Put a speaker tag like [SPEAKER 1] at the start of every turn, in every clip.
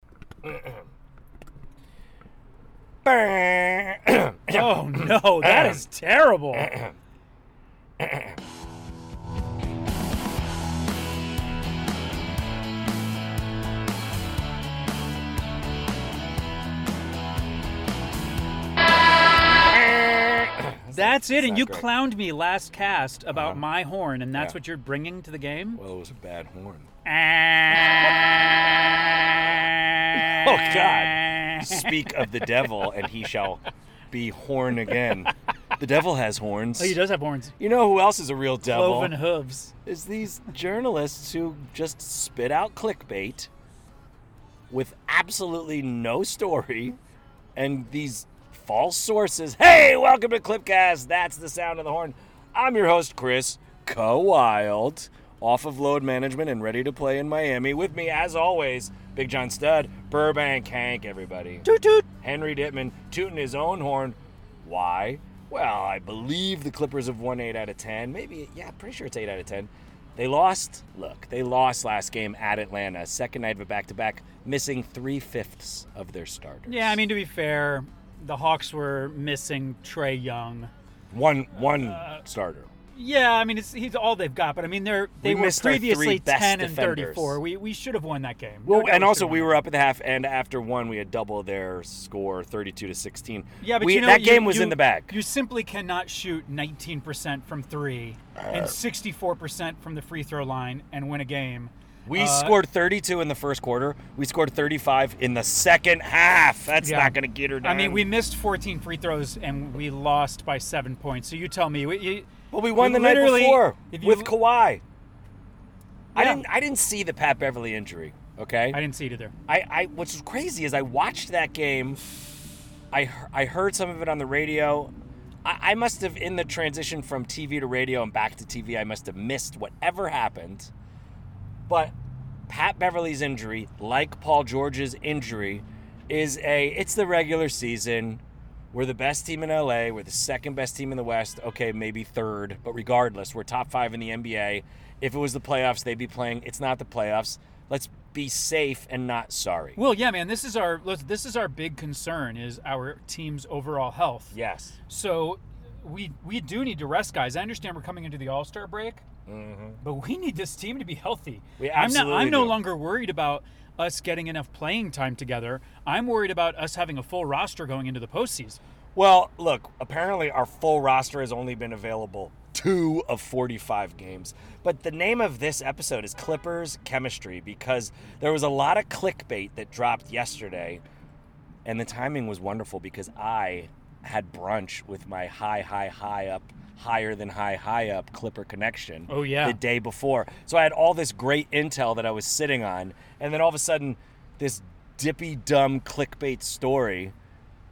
[SPEAKER 1] oh no, that is terrible. That's it,
[SPEAKER 2] not
[SPEAKER 1] and you
[SPEAKER 2] great. Uh-huh.
[SPEAKER 1] clowned me last cast about my horn, and that's what you're bringing to the game. Ah.
[SPEAKER 2] Well, it was a bad horn.
[SPEAKER 1] oh
[SPEAKER 2] Oh God! Speak of the devil, and he shall be horn again. The devil has horns.
[SPEAKER 1] Oh, he does have horns.
[SPEAKER 2] You know who else is a real devil?
[SPEAKER 1] Cloven hooves.
[SPEAKER 2] Is these journalists who just spit out clickbait with absolutely no story, and these false sources. Hey, welcome to Clipcast. That's the sound of the horn. I'm your host, Chris Co Wild, off of load management and ready to play in Miami. With me, as always, Big John Stud, Burbank Hank, everybody.
[SPEAKER 1] Toot toot.
[SPEAKER 2] Henry Dittman tooting his own horn. Why? Well, I believe the Clippers have won 8 out of 10. Maybe, yeah, pretty sure it's 8 out of 10. They lost. Look, they lost last game at Atlanta, second night of a back to back, missing three fifths of their starters.
[SPEAKER 1] Yeah, I mean to be fair, the Hawks were missing Trey Young.
[SPEAKER 2] one one
[SPEAKER 1] uh,
[SPEAKER 2] starter.
[SPEAKER 1] Yeah, I mean it's he's all they've got, but I mean they're they
[SPEAKER 2] We
[SPEAKER 1] were
[SPEAKER 2] missed our three
[SPEAKER 1] previously
[SPEAKER 2] best
[SPEAKER 1] ten and
[SPEAKER 2] defenders.
[SPEAKER 1] thirty four. We we should have won that game. No
[SPEAKER 2] Well,
[SPEAKER 1] doubt
[SPEAKER 2] and also
[SPEAKER 1] should've
[SPEAKER 2] we
[SPEAKER 1] won
[SPEAKER 2] were up at the half, and after one, we had double their score, thirty-two to sixteen.
[SPEAKER 1] that. Yeah, but
[SPEAKER 2] We-
[SPEAKER 1] you know
[SPEAKER 2] that
[SPEAKER 1] you-
[SPEAKER 2] game was
[SPEAKER 1] you-
[SPEAKER 2] in the bag.
[SPEAKER 1] You simply cannot shoot nineteen percent from three
[SPEAKER 2] Uh,
[SPEAKER 1] and sixty four percent from the free throw line and win a game.
[SPEAKER 2] we
[SPEAKER 1] Uh,
[SPEAKER 2] scored thirty-two in the first quarter. We scored thirty-five in the second half. That's
[SPEAKER 1] Yeah.
[SPEAKER 2] not going to get her down.
[SPEAKER 1] I mean, we missed 14 free throws and we lost by seven points. So you tell me. We, you,
[SPEAKER 2] Well, we won the night
[SPEAKER 1] literally-
[SPEAKER 2] before
[SPEAKER 1] if
[SPEAKER 2] with
[SPEAKER 1] you-
[SPEAKER 2] Kawhi. I
[SPEAKER 1] Yeah.
[SPEAKER 2] didn't. I didn't see the Pat Beverly injury. Okay.
[SPEAKER 1] I didn't see it either.
[SPEAKER 2] I, I what's crazy is I watched that game. I he- I heard some of it on the radio. I, I must have in the transition from TV to radio and back to TV. I must have missed whatever happened. But Pat Beverly's injury, like Paul George's injury, is a it's the regular season. We're the best team in LA. We're the second best team in the West. Okay, maybe third, but regardless, we're top five in the NBA. If it was the playoffs, they'd be playing. It's not the playoffs. Let's be safe and not sorry.
[SPEAKER 1] Well, yeah, man. This is our look, this is our big concern is our team's overall health.
[SPEAKER 2] Yes.
[SPEAKER 1] So we we do need to rest, guys. I understand we're coming into the All Star break, but we need this team to be healthy.
[SPEAKER 2] Mm-hmm. We
[SPEAKER 1] I'm not,
[SPEAKER 2] absolutely
[SPEAKER 1] I'm no
[SPEAKER 2] do.
[SPEAKER 1] longer worried about us getting enough playing time together. I'm worried about us having a full roster going into the postseason.
[SPEAKER 2] Well, look, apparently our full roster has only been available two of 45 games. But the name of this episode is Clippers Chemistry because there was a lot of clickbait that dropped yesterday. And the timing was wonderful because I had brunch with my high, high, high up, higher than high, high up Clipper connection.
[SPEAKER 1] Oh, yeah.
[SPEAKER 2] The day before. So I had all this great intel that I was sitting on. And then all of a sudden, this dippy dumb clickbait story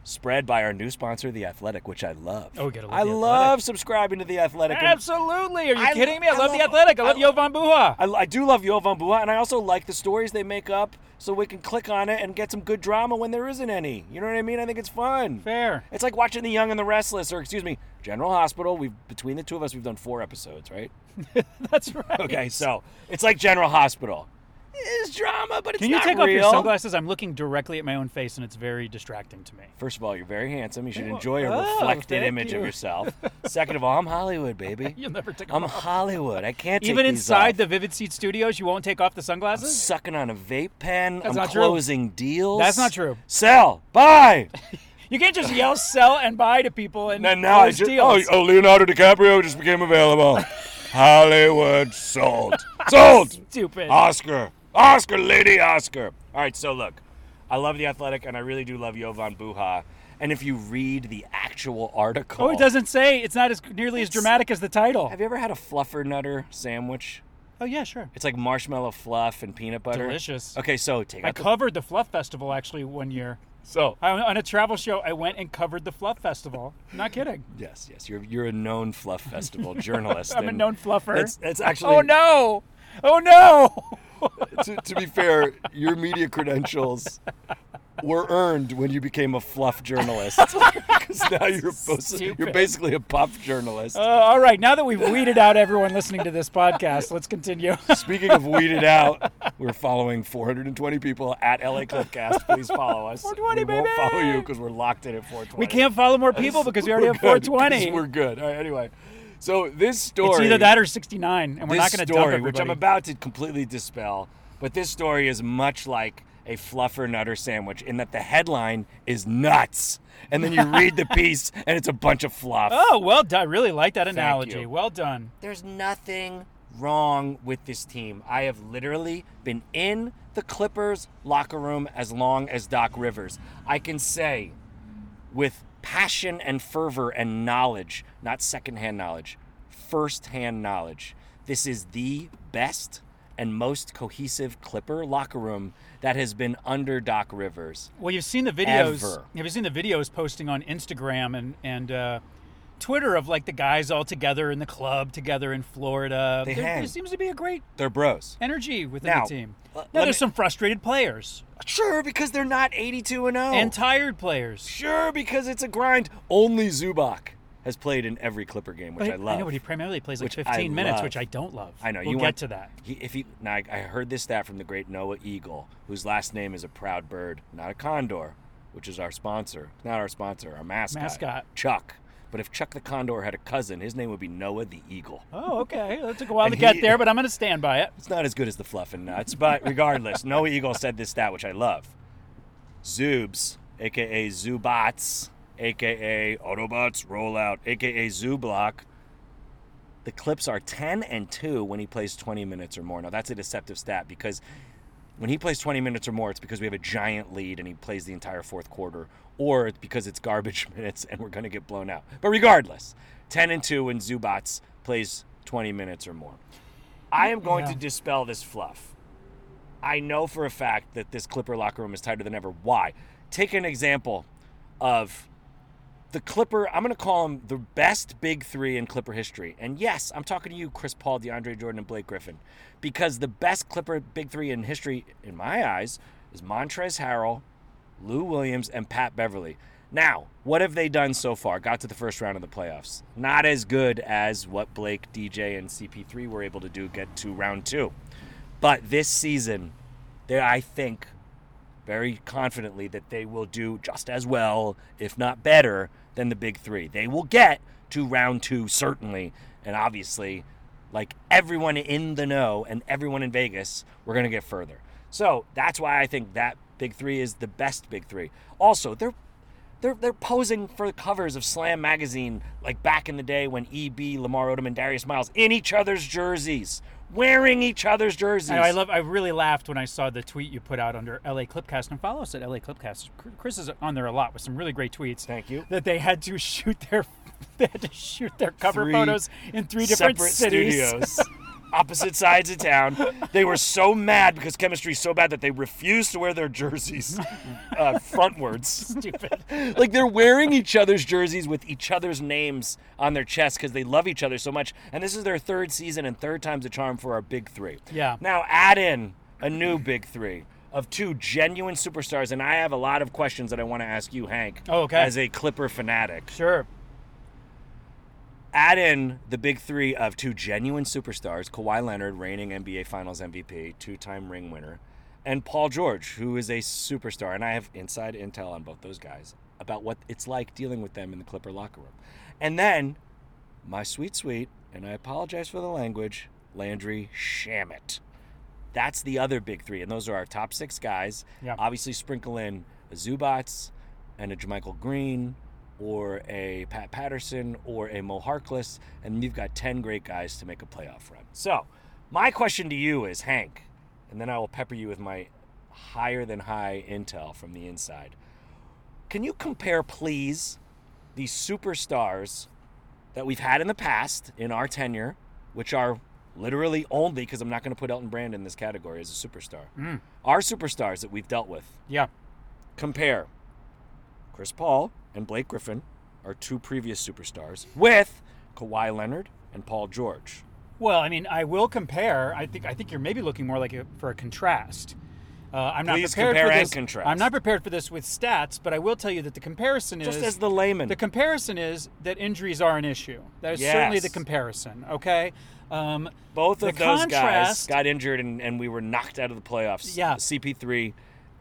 [SPEAKER 2] spread by our new sponsor, The Athletic, which I love.
[SPEAKER 1] Oh, gotta love
[SPEAKER 2] I
[SPEAKER 1] The
[SPEAKER 2] love subscribing to The Athletic. and-
[SPEAKER 1] Absolutely. Are you
[SPEAKER 2] I-
[SPEAKER 1] kidding me? I,
[SPEAKER 2] I
[SPEAKER 1] love, the
[SPEAKER 2] love-
[SPEAKER 1] athletic. I
[SPEAKER 2] I
[SPEAKER 1] love Jovan Buha.
[SPEAKER 2] I, I do love Jovan Buha, and I also like the stories they make up so we can click on it and get some good drama when there isn't any. You know what I mean? I think it's fun.
[SPEAKER 1] Fair.
[SPEAKER 2] It's like watching The Young and the Restless, or excuse me, General Hospital. We've between the two of us, we've done four episodes, right?
[SPEAKER 1] That's right.
[SPEAKER 2] Okay, so it's like General Hospital. It's drama, but it's
[SPEAKER 1] Can you
[SPEAKER 2] not
[SPEAKER 1] take off your
[SPEAKER 2] real.
[SPEAKER 1] sunglasses? I'm looking directly at my own face, and it's very distracting to me.
[SPEAKER 2] First of all, you're very handsome. You should enjoy a
[SPEAKER 1] oh,
[SPEAKER 2] reflected
[SPEAKER 1] thank
[SPEAKER 2] image
[SPEAKER 1] you.
[SPEAKER 2] of yourself. Second of all, I'm Hollywood, baby.
[SPEAKER 1] You'll never take 'em
[SPEAKER 2] I'm Hollywood. I can't take
[SPEAKER 1] Even
[SPEAKER 2] these
[SPEAKER 1] inside
[SPEAKER 2] off.
[SPEAKER 1] the Vivid Seat Studios, you won't take off the sunglasses.
[SPEAKER 2] sucking on a vape pen.
[SPEAKER 1] That's
[SPEAKER 2] I'm
[SPEAKER 1] not true.
[SPEAKER 2] closing deals.
[SPEAKER 1] That's not true.
[SPEAKER 2] Sell, buy.
[SPEAKER 1] You can't just yell "sell" and "buy" to people and
[SPEAKER 2] And now I
[SPEAKER 1] close
[SPEAKER 2] just, oh,
[SPEAKER 1] deals.
[SPEAKER 2] oh, Leonardo DiCaprio just became available. Hollywood sold, sold. Ah.
[SPEAKER 1] Stupid.
[SPEAKER 2] Oscar, Oscar, Lady Oscar. All right, so look, I love the Athletic, and I really do love Jovan Buha. And if you read the actual article,
[SPEAKER 1] Oh, it doesn't say. It's not as nearly as
[SPEAKER 2] It's-
[SPEAKER 1] dramatic as the title.
[SPEAKER 2] Have you ever had a fluffer nutter sandwich?
[SPEAKER 1] Oh yeah, sure.
[SPEAKER 2] It's like marshmallow fluff and peanut butter.
[SPEAKER 1] Delicious.
[SPEAKER 2] Okay, so take
[SPEAKER 1] I
[SPEAKER 2] out the
[SPEAKER 1] covered the Fluff Festival actually one year.
[SPEAKER 2] so
[SPEAKER 1] I, on a travel show, I went and covered the Fluff Festival. Not kidding.
[SPEAKER 2] Yes, yes. You're you're a known fluff festival journalist.
[SPEAKER 1] I'm a
[SPEAKER 2] and
[SPEAKER 1] known fluffer.
[SPEAKER 2] That's that's actually.
[SPEAKER 1] Oh no! Oh no!
[SPEAKER 2] To, to be fair, your media credentials were earned when you became a fluff journalist. Because now you're, bas- you're
[SPEAKER 1] Stupid.
[SPEAKER 2] basically a puff journalist.
[SPEAKER 1] Uh, all right, now that we've weeded out everyone listening to this podcast, let's continue.
[SPEAKER 2] Speaking of weeded out, we're following 420 people at LA Clipcast. Please follow us.
[SPEAKER 1] 420,
[SPEAKER 2] we won't
[SPEAKER 1] baby!
[SPEAKER 2] follow you because we're locked in at 420.
[SPEAKER 1] We can't follow more people because we already
[SPEAKER 2] We're
[SPEAKER 1] have
[SPEAKER 2] good, 'cause
[SPEAKER 1] 420.
[SPEAKER 2] We're good. All right, anyway. So this story.
[SPEAKER 1] It's either that or 69, and we're not
[SPEAKER 2] this
[SPEAKER 1] going to dump
[SPEAKER 2] story,
[SPEAKER 1] everybody.
[SPEAKER 2] which I'm about to completely dispel, but this story is much like a fluffer nutter sandwich in that the headline is nuts, and then you read the piece and it's a bunch of fluff.
[SPEAKER 1] Oh, well done. I really like that analogy.
[SPEAKER 2] you.
[SPEAKER 1] Well done.
[SPEAKER 2] There's nothing wrong with this team. I have literally been in the Clippers locker room as long as Doc Rivers. I can say with passion and fervor and knowledge, not secondhand knowledge, firsthand knowledge, this is the best and most cohesive Clipper locker room that has been under Doc Rivers.
[SPEAKER 1] Well, you've seen the videos.
[SPEAKER 2] Ever.
[SPEAKER 1] Have you seen the videos posting on Instagram and and uh, Twitter of like the guys all together in the club together in Florida?
[SPEAKER 2] They
[SPEAKER 1] there,
[SPEAKER 2] hang.
[SPEAKER 1] there seems to be a great
[SPEAKER 2] They're bros.
[SPEAKER 1] energy within
[SPEAKER 2] Now,
[SPEAKER 1] the team.
[SPEAKER 2] l-
[SPEAKER 1] now
[SPEAKER 2] let
[SPEAKER 1] there's
[SPEAKER 2] me-
[SPEAKER 1] some frustrated players
[SPEAKER 2] Sure, because they're not 82 and oh. 0.
[SPEAKER 1] and tired players.
[SPEAKER 2] Sure, because it's a grind. Only Zubac has played in every Clipper game, which I
[SPEAKER 1] I
[SPEAKER 2] love.
[SPEAKER 1] know, but he primarily plays like
[SPEAKER 2] Which I
[SPEAKER 1] 15 minutes,
[SPEAKER 2] love.
[SPEAKER 1] which I don't love.
[SPEAKER 2] I know
[SPEAKER 1] We'll
[SPEAKER 2] you
[SPEAKER 1] get
[SPEAKER 2] want,
[SPEAKER 1] to that.
[SPEAKER 2] He, if he, now I, I heard this stat from the great Noah Eagle, whose last name is a proud bird, not a condor, which is our sponsor. Not our sponsor, our mascot.
[SPEAKER 1] Mascot.
[SPEAKER 2] Chuck. But if Chuck the Condor had a cousin, his name would be Noah the Eagle.
[SPEAKER 1] Oh, okay. That took a while to
[SPEAKER 2] And
[SPEAKER 1] get
[SPEAKER 2] he-
[SPEAKER 1] there, but I'm going to stand by it.
[SPEAKER 2] It's not as good as the fluff and nuts, but regardless, Noah Eagle said this stat, which I love. Zoobs, aka Zubats, aka Autobots Rollout, aka Zublock. The clips are 10 and 2 when he plays 20 minutes or more. Now, that's a deceptive stat because when he plays 20 minutes or more, it's because we have a giant lead and he plays the entire fourth quarter, or it's because it's garbage minutes and we're going to get blown out. But regardless, 10 and 2 when Zubats plays 20 minutes or more. I am going
[SPEAKER 1] Yeah.
[SPEAKER 2] to dispel this fluff. I know for a fact that this Clipper locker room is tighter than ever. Why? Take an example of the Clipper. I'm going to call them the best big three in Clipper history. And yes, I'm talking to you, Chris Paul, DeAndre Jordan, and Blake Griffin, because the best Clipper big three in history, in my eyes, is Montrez Harrell, Lou Williams, and Pat Beverly. Now, what have they done so far? Got to the first round of the playoffs. Not as good as what Blake, DJ, and CP3 were able to do get to round two. But this season, they, I think very confidently that they will do just as well, if not better, than the big three. They will get to round two, certainly. And obviously, like everyone in the know and everyone in Vegas, we're going to get further. So that's why I think that big three is the best big three. Also, they're they're, they're posing for the covers of Slam magazine, like back in the day when EB, Lamar Odom, and Darius Miles in each other's jerseys, wearing each other's jerseys.
[SPEAKER 1] I, know, I love. I really laughed when I saw the tweet you put out under LA Clipcast, and follow us at LA Clipcast. Cr- Chris is on there a lot with some really great tweets.
[SPEAKER 2] Thank you.
[SPEAKER 1] That they had to shoot their, they had to shoot their cover
[SPEAKER 2] Three
[SPEAKER 1] photos in three different
[SPEAKER 2] separate
[SPEAKER 1] cities.
[SPEAKER 2] studios, opposite sides of town. They were so mad because chemistry is so bad that they refused to wear their jerseys uh, frontwards.
[SPEAKER 1] Stupid.
[SPEAKER 2] Like they're wearing each other's jerseys with each other's names on their chest because they love each other so much. And this is their third season and third time's a charm for our big three.
[SPEAKER 1] Yeah.
[SPEAKER 2] Now add in a new big three of two genuine superstars, and I have a lot of questions that I want to ask you, Hank.
[SPEAKER 1] Oh, okay.
[SPEAKER 2] As a Clipper fanatic
[SPEAKER 1] Sure.
[SPEAKER 2] add in the big three of two genuine superstars Kawhi Leonard, reigning NBA Finals MVP, two time ring winner, and Paul George, who is a superstar. And I have inside intel on both those guys about what it's like dealing with them in the Clipper locker room. And then my sweet, sweet, and I apologize for the language, Landry Shamit. That's the other big three, and those are our top six guys.
[SPEAKER 1] Yeah.
[SPEAKER 2] Obviously, sprinkle in a Zubats and a Jermichael Green or a Pat Patterson or a Mo Harkless, and you've got 10 great guys to make a playoff run. So, my question to you is, Hank, and then I will pepper you with my higher than high intel from the inside. Can you compare, please, the superstars that we've had in the past in our tenure, which are literally only because I'm not going to put Elton Brand in this category as a superstar.
[SPEAKER 1] Mm.
[SPEAKER 2] Our superstars that we've dealt with
[SPEAKER 1] Yeah.
[SPEAKER 2] compare Chris Paul and Blake Griffin, our two previous superstars, with Kawhi Leonard and Paul George.
[SPEAKER 1] Well, I mean, I will compare. I think I think you're maybe looking more like a, for a contrast. Uh, I'm not
[SPEAKER 2] Please
[SPEAKER 1] prepared
[SPEAKER 2] compare
[SPEAKER 1] for
[SPEAKER 2] and
[SPEAKER 1] this.
[SPEAKER 2] contrast.
[SPEAKER 1] I'm not prepared for this with stats, but I will tell you that the comparison
[SPEAKER 2] Just
[SPEAKER 1] is
[SPEAKER 2] as the layman.
[SPEAKER 1] the comparison is that injuries are an issue. That is certainly
[SPEAKER 2] Yes.
[SPEAKER 1] the comparison. Okay. Um,
[SPEAKER 2] Both
[SPEAKER 1] the
[SPEAKER 2] of those guys
[SPEAKER 1] contrast-
[SPEAKER 2] got injured, and, and we were knocked out of the playoffs.
[SPEAKER 1] Yeah.
[SPEAKER 2] CP3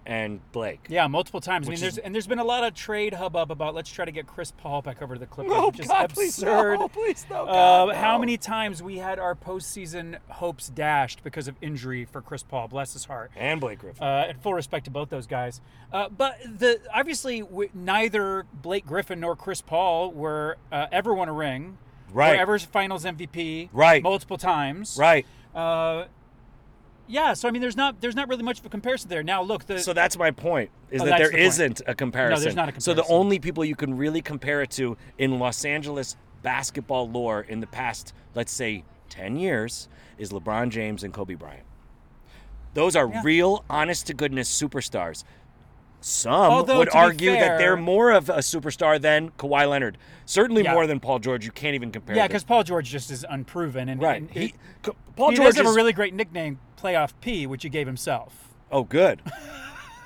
[SPEAKER 2] and Blake.
[SPEAKER 1] Yeah, multiple times. I mean,
[SPEAKER 2] Which
[SPEAKER 1] there's
[SPEAKER 2] is-
[SPEAKER 1] and there's been a lot of trade hubbub about let's try to get Chris Paul back over to the Clippers,
[SPEAKER 2] No,
[SPEAKER 1] which is
[SPEAKER 2] Oh, God, please no, Oh,
[SPEAKER 1] absurd.
[SPEAKER 2] please no,
[SPEAKER 1] uh,
[SPEAKER 2] God,
[SPEAKER 1] How
[SPEAKER 2] no.
[SPEAKER 1] many times we had our postseason hopes dashed because of injury for Chris Paul? Bless his heart.
[SPEAKER 2] And Blake Griffin.
[SPEAKER 1] Uh, and full respect to both those guys, uh, but the obviously w- neither Blake Griffin nor Chris Paul were uh, ever won a ring,
[SPEAKER 2] Right.
[SPEAKER 1] Were ever Finals MVP,
[SPEAKER 2] Right.
[SPEAKER 1] Multiple times,
[SPEAKER 2] right.
[SPEAKER 1] Uh, yeah, so I mean, there's not there's not really much of a comparison there. Now, look, the
[SPEAKER 2] So that's my point. Is
[SPEAKER 1] Oh,
[SPEAKER 2] that
[SPEAKER 1] that's
[SPEAKER 2] there
[SPEAKER 1] the point.
[SPEAKER 2] isn't a comparison.
[SPEAKER 1] not a
[SPEAKER 2] So the
[SPEAKER 1] comparison.
[SPEAKER 2] only people you can really compare it to in Los Angeles basketball lore in the past, let's say, ten years, is LeBron James and Kobe Bryant. Those are real, honest to goodness superstars. Some
[SPEAKER 1] Although,
[SPEAKER 2] would
[SPEAKER 1] to be
[SPEAKER 2] argue that
[SPEAKER 1] fair-
[SPEAKER 2] they're more of a superstar than Kawhi Leonard. Certainly
[SPEAKER 1] Yeah.
[SPEAKER 2] more than Paul George. You can't even compare.
[SPEAKER 1] Yeah,
[SPEAKER 2] the-
[SPEAKER 1] because Paul George just is unproven, and,
[SPEAKER 2] right.
[SPEAKER 1] and
[SPEAKER 2] He,
[SPEAKER 1] it-
[SPEAKER 2] Ka- Paul
[SPEAKER 1] he
[SPEAKER 2] George
[SPEAKER 1] does have
[SPEAKER 2] is
[SPEAKER 1] a really great nickname, Playoff P, which he gave himself.
[SPEAKER 2] Oh, good.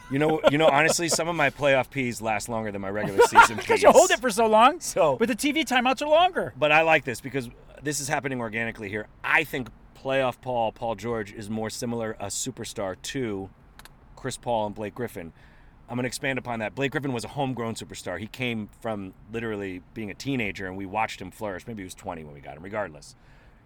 [SPEAKER 2] You know, you know. Honestly, some of my playoff peas last longer than my regular season
[SPEAKER 1] Because
[SPEAKER 2] peas.
[SPEAKER 1] you hold it for so long,
[SPEAKER 2] So-
[SPEAKER 1] but the TV timeouts are longer.
[SPEAKER 2] but I like this because this is happening organically here. I think playoff Paul, Paul George, is more similar a superstar to Chris Paul and Blake Griffin. I'm going to expand upon that. Blake Griffin was a homegrown superstar. He came from literally being a teenager, and we watched him flourish. Maybe he was 20 when we got him. Regardless,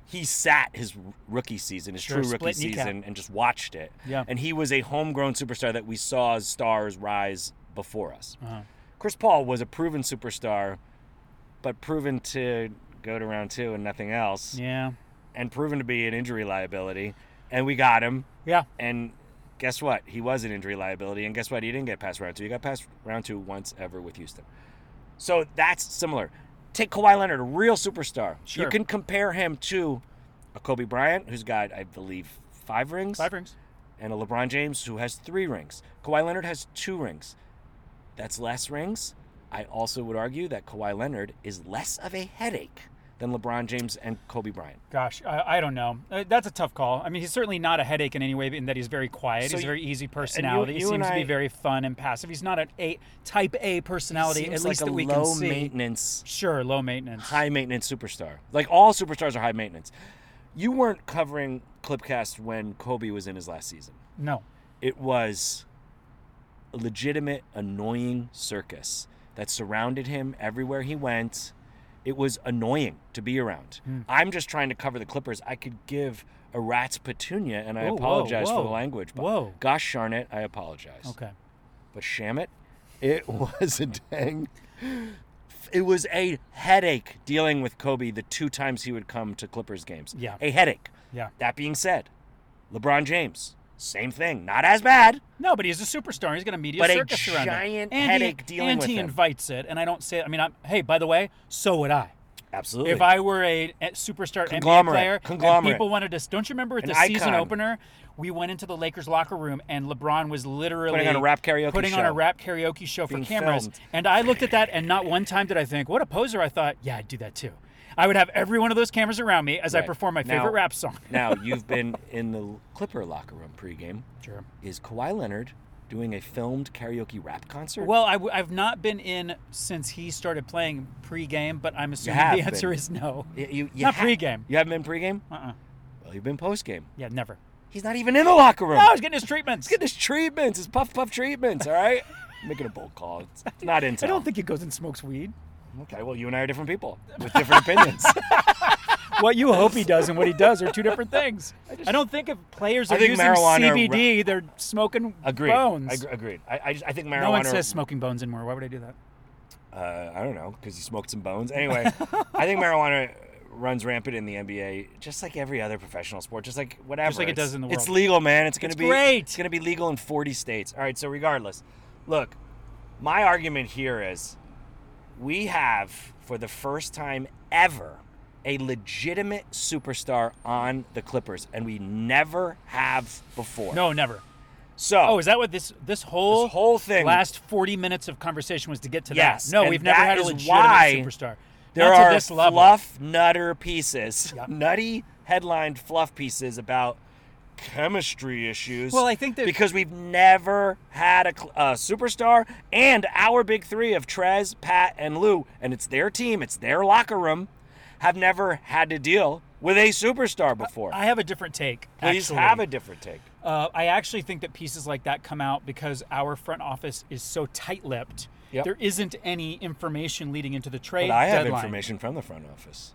[SPEAKER 2] he sat his r- rookie season, his
[SPEAKER 1] Sure,
[SPEAKER 2] true rookie
[SPEAKER 1] split kneecap.
[SPEAKER 2] season, and just watched it.
[SPEAKER 1] Yeah.
[SPEAKER 2] And he was a homegrown superstar that we saw as stars rise before us.
[SPEAKER 1] Uh-huh.
[SPEAKER 2] Chris Paul was a proven superstar, but proven to go to round two and nothing else,
[SPEAKER 1] Yeah,
[SPEAKER 2] and proven to be an injury liability. And we got him.
[SPEAKER 1] yeah,
[SPEAKER 2] And guess what? He was an injury liability. And guess what? He didn't get past round two. He got past round two once ever with Houston. So that's similar. Take Kawhi Leonard, a real superstar.
[SPEAKER 1] Sure.
[SPEAKER 2] You can compare him to a Kobe Bryant, who's got, I believe, five rings,
[SPEAKER 1] five rings.
[SPEAKER 2] and a LeBron James, who has three rings. Kawhi Leonard has two rings. That's less rings. I also would argue that Kawhi Leonard is less of a headache than LeBron James and Kobe Bryant.
[SPEAKER 1] Gosh, I, I don't know. Uh, that's a tough call. I mean, he's certainly not a headache in any way, in that he's very quiet.
[SPEAKER 2] So
[SPEAKER 1] he's a
[SPEAKER 2] you-
[SPEAKER 1] very easy personality.
[SPEAKER 2] you
[SPEAKER 1] he
[SPEAKER 2] and
[SPEAKER 1] seems to be
[SPEAKER 2] I-
[SPEAKER 1] very fun and passive. He's not an a type A personality,
[SPEAKER 2] Seems
[SPEAKER 1] at
[SPEAKER 2] like
[SPEAKER 1] least
[SPEAKER 2] a
[SPEAKER 1] that we
[SPEAKER 2] low
[SPEAKER 1] can see.
[SPEAKER 2] maintenance
[SPEAKER 1] Sure, low maintenance.
[SPEAKER 2] high maintenance superstar. Like all superstars are high maintenance. You weren't covering Clipcast when Kobe was in his last season.
[SPEAKER 1] No,
[SPEAKER 2] It was a legitimate annoying circus that surrounded him everywhere he went. It was annoying to be around.
[SPEAKER 1] Hmm.
[SPEAKER 2] I'm just trying to cover the Clippers. I could give a rat's petunia, and I
[SPEAKER 1] Whoa, whoa,
[SPEAKER 2] apologize for
[SPEAKER 1] whoa.
[SPEAKER 2] the language. But
[SPEAKER 1] Whoa.
[SPEAKER 2] gosh darn it, I apologize
[SPEAKER 1] okay.
[SPEAKER 2] but sham it, it was a dang. It was a headache dealing with Kobe the two times he would come to Clippers games.
[SPEAKER 1] Yeah.
[SPEAKER 2] A headache.
[SPEAKER 1] Yeah.
[SPEAKER 2] That being said, LeBron James, same thing. Not as bad.
[SPEAKER 1] No, but he's a superstar. He's got a media
[SPEAKER 2] But a
[SPEAKER 1] circus around him.
[SPEAKER 2] giant
[SPEAKER 1] and
[SPEAKER 2] headache
[SPEAKER 1] he,
[SPEAKER 2] dealing
[SPEAKER 1] and
[SPEAKER 2] with
[SPEAKER 1] he
[SPEAKER 2] him.
[SPEAKER 1] invites it, and I don't say. I mean, I'm, hey, by the way, so would I.
[SPEAKER 2] Absolutely.
[SPEAKER 1] If I were a, a superstar NBA
[SPEAKER 2] Conglomerate,
[SPEAKER 1] player, and
[SPEAKER 2] conglomerate.
[SPEAKER 1] people wanted to. Don't you remember at
[SPEAKER 2] An
[SPEAKER 1] the season
[SPEAKER 2] icon.
[SPEAKER 1] opener, we went into the Lakers locker room and LeBron was literally
[SPEAKER 2] Putting on a rap karaoke
[SPEAKER 1] putting on
[SPEAKER 2] show.
[SPEAKER 1] a rap karaoke show for
[SPEAKER 2] Being
[SPEAKER 1] cameras.
[SPEAKER 2] filmed.
[SPEAKER 1] And I looked at that, and not one time did I think, "What a poser!" I thought, "Yeah, I'd do that too." I would have every one of those cameras around me as I
[SPEAKER 2] Right.
[SPEAKER 1] perform my
[SPEAKER 2] Now-
[SPEAKER 1] favorite rap song.
[SPEAKER 2] now, you've been in the Clipper locker room pregame.
[SPEAKER 1] Sure.
[SPEAKER 2] Is Kawhi Leonard doing a filmed karaoke rap concert?
[SPEAKER 1] Well, I w- I've not been in since he started playing pregame, but I'm assuming
[SPEAKER 2] have
[SPEAKER 1] the answer
[SPEAKER 2] been.
[SPEAKER 1] is no.
[SPEAKER 2] you, you, you
[SPEAKER 1] not
[SPEAKER 2] ha-
[SPEAKER 1] pregame.
[SPEAKER 2] You haven't been pregame?
[SPEAKER 1] Uh-uh.
[SPEAKER 2] Well, you've been postgame.
[SPEAKER 1] Yeah, never.
[SPEAKER 2] He's not even in the locker room.
[SPEAKER 1] Oh, he's getting his treatments.
[SPEAKER 2] Get his treatments, his puff puff treatments. All right, I'm making a bold call. It's it's not intel.
[SPEAKER 1] I don't think he goes and smokes weed.
[SPEAKER 2] Okay, well, you and I are different people with different opinions.
[SPEAKER 1] what you hope he does and what he does are two different things. I, don't think if players
[SPEAKER 2] I
[SPEAKER 1] are
[SPEAKER 2] think
[SPEAKER 1] using
[SPEAKER 2] marijuana or
[SPEAKER 1] CBD, they're smoking
[SPEAKER 2] Agreed.
[SPEAKER 1] bones.
[SPEAKER 2] Ag- agreed. I, I, just, I think marijuana.
[SPEAKER 1] No one says smoking bones anymore. Why would I do that?
[SPEAKER 2] Uh, I don't know because you smoked some bones. Anyway, I think marijuana runs rampant in the NBA, just like every other professional sport, just like whatever.
[SPEAKER 1] like it
[SPEAKER 2] It's-
[SPEAKER 1] does in the
[SPEAKER 2] It's
[SPEAKER 1] world.
[SPEAKER 2] legal, man. It's gonna
[SPEAKER 1] It's
[SPEAKER 2] be
[SPEAKER 1] great.
[SPEAKER 2] It's gonna be legal in 40 states. All right. So regardless, look, my argument here is, we have for the first time ever a legitimate superstar on the Clippers, and we never have before.
[SPEAKER 1] No, never.
[SPEAKER 2] So
[SPEAKER 1] Oh, is that what this this whole
[SPEAKER 2] This whole thing-
[SPEAKER 1] last forty minutes of conversation was to get to
[SPEAKER 2] Yes,
[SPEAKER 1] that? No,
[SPEAKER 2] and
[SPEAKER 1] we've never
[SPEAKER 2] that
[SPEAKER 1] had a
[SPEAKER 2] is
[SPEAKER 1] legitimate
[SPEAKER 2] why
[SPEAKER 1] superstar.
[SPEAKER 2] There
[SPEAKER 1] Not
[SPEAKER 2] are
[SPEAKER 1] to this level.
[SPEAKER 2] fluff nutter pieces,
[SPEAKER 1] Yep.
[SPEAKER 2] nutty headlined fluff pieces about chemistry issues.
[SPEAKER 1] Well, I think that-
[SPEAKER 2] because we've never had a, cl- a superstar and our big three of Trez, Pat, and Lou, and it's their team, it's their locker room, have never had to deal with a superstar before.
[SPEAKER 1] I have a different take.
[SPEAKER 2] Please
[SPEAKER 1] Uh, actually.
[SPEAKER 2] have a different take.
[SPEAKER 1] Uh, I actually think that pieces like that come out because our front office is so tight-lipped.
[SPEAKER 2] Yep.
[SPEAKER 1] There isn't any information leading into the trade
[SPEAKER 2] But I have
[SPEAKER 1] deadline.
[SPEAKER 2] information from the front office.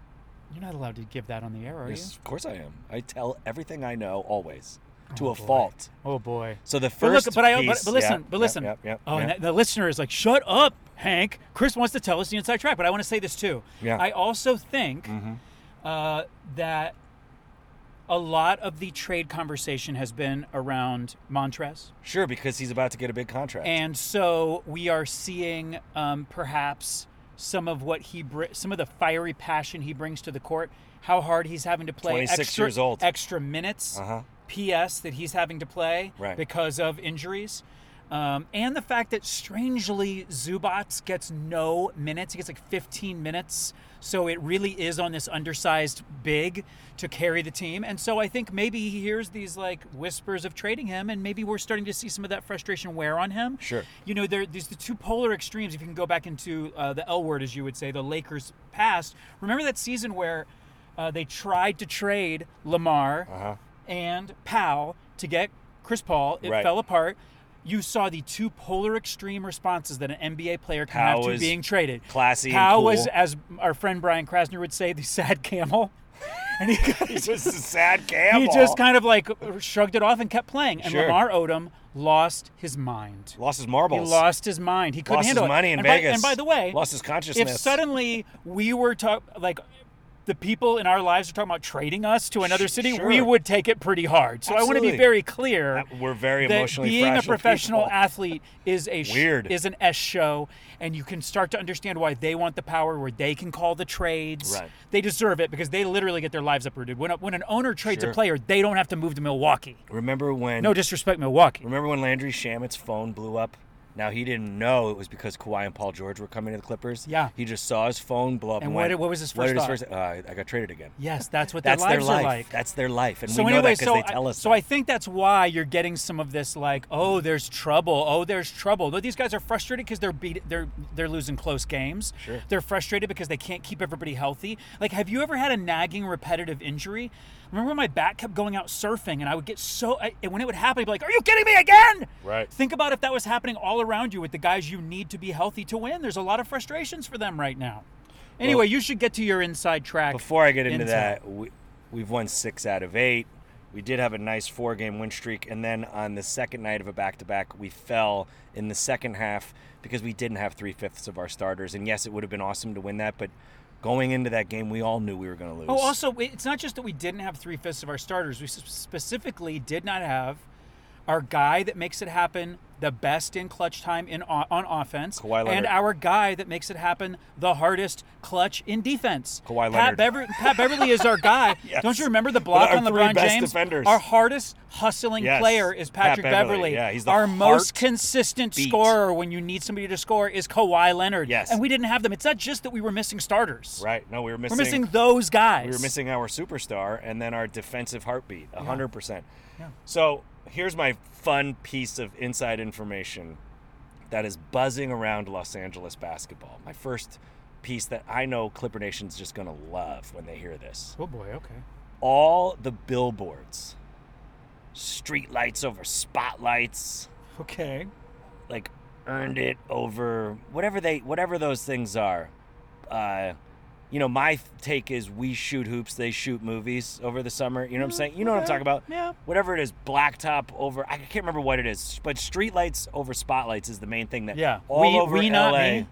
[SPEAKER 1] You're not allowed to give that on the air, are
[SPEAKER 2] Yes, of course I am. I tell everything I know always to a
[SPEAKER 1] boy.
[SPEAKER 2] fault.
[SPEAKER 1] you? Oh boy.
[SPEAKER 2] So the
[SPEAKER 1] But look,
[SPEAKER 2] first
[SPEAKER 1] but I, but,
[SPEAKER 2] piece-
[SPEAKER 1] but listen,
[SPEAKER 2] yeah,
[SPEAKER 1] but
[SPEAKER 2] yeah,
[SPEAKER 1] listen.
[SPEAKER 2] yeah, yeah,
[SPEAKER 1] oh, and
[SPEAKER 2] yeah.
[SPEAKER 1] that- the listener is like, "Shut up, Hank." Chris wants to tell us the inside track, but I want to say this too.
[SPEAKER 2] Yeah. Mm-hmm.
[SPEAKER 1] I also think uh, that a lot of the trade conversation has been around Montrez,
[SPEAKER 2] Sure, because he's about to get a big contract.
[SPEAKER 1] and so we are seeing um, perhaps some of what he br- some of the fiery passion he brings to the court, how hard he's having to play
[SPEAKER 2] 26
[SPEAKER 1] extra
[SPEAKER 2] years old.
[SPEAKER 1] extra minutes.
[SPEAKER 2] uh-huh.
[SPEAKER 1] PS that he's having to play
[SPEAKER 2] Right.
[SPEAKER 1] because of injuries. Um, and the fact that strangely Zubats gets no minutes. He gets like 15 minutes. So it really is on this undersized big to carry the team. And so I think maybe he hears these like whispers of trading him, and maybe we're starting to see some of that frustration wear on him.
[SPEAKER 2] Sure.
[SPEAKER 1] You know, there, there's the two polar extremes. If you can go back into uh, the L word, as you would say, the Lakers past. Remember that season where uh, they tried to trade Lamar
[SPEAKER 2] Uh-huh.
[SPEAKER 1] and Powell to get Chris Paul. It
[SPEAKER 2] Right.
[SPEAKER 1] fell apart. You saw the two polar extreme responses that an NBA player can
[SPEAKER 2] Powell
[SPEAKER 1] have to
[SPEAKER 2] is
[SPEAKER 1] being traded.
[SPEAKER 2] classy and
[SPEAKER 1] Powell was,
[SPEAKER 2] cool.
[SPEAKER 1] as our friend Brian Krasner would say, the sad camel. And he got
[SPEAKER 2] This is a sad camel.
[SPEAKER 1] he just kind of like uh, shrugged it off and kept playing. And
[SPEAKER 2] Sure.
[SPEAKER 1] Lamar Odom lost his mind.
[SPEAKER 2] lost his marbles.
[SPEAKER 1] He lost his mind. He couldn't
[SPEAKER 2] Lost his
[SPEAKER 1] handle it.
[SPEAKER 2] money in
[SPEAKER 1] and By,
[SPEAKER 2] Vegas.
[SPEAKER 1] and by the way,
[SPEAKER 2] Lost his
[SPEAKER 1] If
[SPEAKER 2] consciousness.
[SPEAKER 1] suddenly we were talk like the people in our lives are talking about trading us to another
[SPEAKER 2] Sh-
[SPEAKER 1] city,
[SPEAKER 2] sure.
[SPEAKER 1] we would take it pretty hard. So I want to be
[SPEAKER 2] Absolutely.
[SPEAKER 1] very clear.
[SPEAKER 2] Uh, we're very
[SPEAKER 1] that
[SPEAKER 2] emotionally
[SPEAKER 1] being a
[SPEAKER 2] fragile
[SPEAKER 1] professional
[SPEAKER 2] people.
[SPEAKER 1] athlete is a sh-
[SPEAKER 2] Weird.
[SPEAKER 1] is an S show, and you can start to understand why they want the power, where they can call the trades.
[SPEAKER 2] Right.
[SPEAKER 1] They deserve it because they literally get their lives uprooted. When a, when an owner trades a
[SPEAKER 2] Sure.
[SPEAKER 1] player, they don't have to move to Milwaukee.
[SPEAKER 2] Remember when?
[SPEAKER 1] No disrespect, Milwaukee.
[SPEAKER 2] Remember when Landry Shamit's phone blew up? Now he didn't know it was because Kawhi and Paul George were coming to the Clippers.
[SPEAKER 1] Yeah.
[SPEAKER 2] He just saw his phone blow up.
[SPEAKER 1] And
[SPEAKER 2] And,
[SPEAKER 1] what
[SPEAKER 2] went,
[SPEAKER 1] did- what was his
[SPEAKER 2] what
[SPEAKER 1] first
[SPEAKER 2] did
[SPEAKER 1] thought?
[SPEAKER 2] first- uh, I got traded again.
[SPEAKER 1] Yes, that's what
[SPEAKER 2] That's
[SPEAKER 1] their
[SPEAKER 2] their
[SPEAKER 1] lives
[SPEAKER 2] life.
[SPEAKER 1] are like.
[SPEAKER 2] That's their life, and
[SPEAKER 1] so
[SPEAKER 2] we know
[SPEAKER 1] anyway,
[SPEAKER 2] that because
[SPEAKER 1] so
[SPEAKER 2] they tell
[SPEAKER 1] I,
[SPEAKER 2] us.
[SPEAKER 1] so
[SPEAKER 2] that.
[SPEAKER 1] I think that's why you're getting some of this like, oh, there's trouble, oh, there's trouble. No, these guys are frustrated because they're beat, they're they're losing close games.
[SPEAKER 2] Sure.
[SPEAKER 1] They're frustrated because they can't keep everybody healthy. Like, have you ever had a nagging, repetitive injury? Remember when my back kept going out surfing, and I would get so I, and when it would happen, I'd be like, are you kidding me again?
[SPEAKER 2] Right.
[SPEAKER 1] Think about if that was happening all around you with the guys you need to be healthy to win. There's a lot of frustrations for them right now. Anyway, you should get to your inside track.
[SPEAKER 2] Before I get into
[SPEAKER 1] Intel.
[SPEAKER 2] that, we, we've won six out of eight. We did have a nice four game win streak. And then on the second night of a back to back, we fell in the second half because we didn't have three fifths of our starters. And yes, it would have been awesome to win that. But going into that game, we all knew we were going to lose.
[SPEAKER 1] Oh, also, it's not just that we didn't have three fifths of our starters. We s- specifically did not have our guy that makes it happen the best in clutch time in o- on offense,
[SPEAKER 2] Kawhi Leonard.
[SPEAKER 1] and our guy that makes it happen the hardest clutch in defense.
[SPEAKER 2] Kawhi
[SPEAKER 1] Pat,
[SPEAKER 2] Leonard.
[SPEAKER 1] Bever- Pat Beverly is our guy.
[SPEAKER 2] Yes.
[SPEAKER 1] Don't you remember the block
[SPEAKER 2] Our
[SPEAKER 1] on
[SPEAKER 2] three
[SPEAKER 1] LeBron
[SPEAKER 2] best
[SPEAKER 1] James?
[SPEAKER 2] defenders.
[SPEAKER 1] Our hardest hustling
[SPEAKER 2] Yes.
[SPEAKER 1] player is
[SPEAKER 2] Pat
[SPEAKER 1] Patrick
[SPEAKER 2] Beverly. Yeah, he's the
[SPEAKER 1] our most
[SPEAKER 2] heart
[SPEAKER 1] consistent
[SPEAKER 2] beat.
[SPEAKER 1] scorer when you need somebody to score is Kawhi Leonard.
[SPEAKER 2] Yes.
[SPEAKER 1] and we didn't have them. It's not just that we were missing starters.
[SPEAKER 2] right. No, we were
[SPEAKER 1] We're
[SPEAKER 2] missing.
[SPEAKER 1] missing those guys.
[SPEAKER 2] we were missing our superstar and then our defensive heartbeat, a 100%.
[SPEAKER 1] Yeah.
[SPEAKER 2] So here's my fun piece of inside information that is buzzing around Los Angeles basketball. My first piece that I know Clipper Nation's just going to love when they hear this.
[SPEAKER 1] Oh boy, okay.
[SPEAKER 2] All the billboards, street lights over spotlights,
[SPEAKER 1] Okay.
[SPEAKER 2] like earned it over whatever they whatever those things are. Uh, you know, my th- take is we shoot hoops, they shoot movies over the summer. You know what I'm saying? You know what I'm talking about?
[SPEAKER 1] Mm, Yeah.
[SPEAKER 2] Whatever it is, blacktop over I can't remember what it is, but streetlights over spotlights is the main thing that
[SPEAKER 1] Yeah.
[SPEAKER 2] all
[SPEAKER 1] We-
[SPEAKER 2] over
[SPEAKER 1] we,
[SPEAKER 2] LA.
[SPEAKER 1] not me.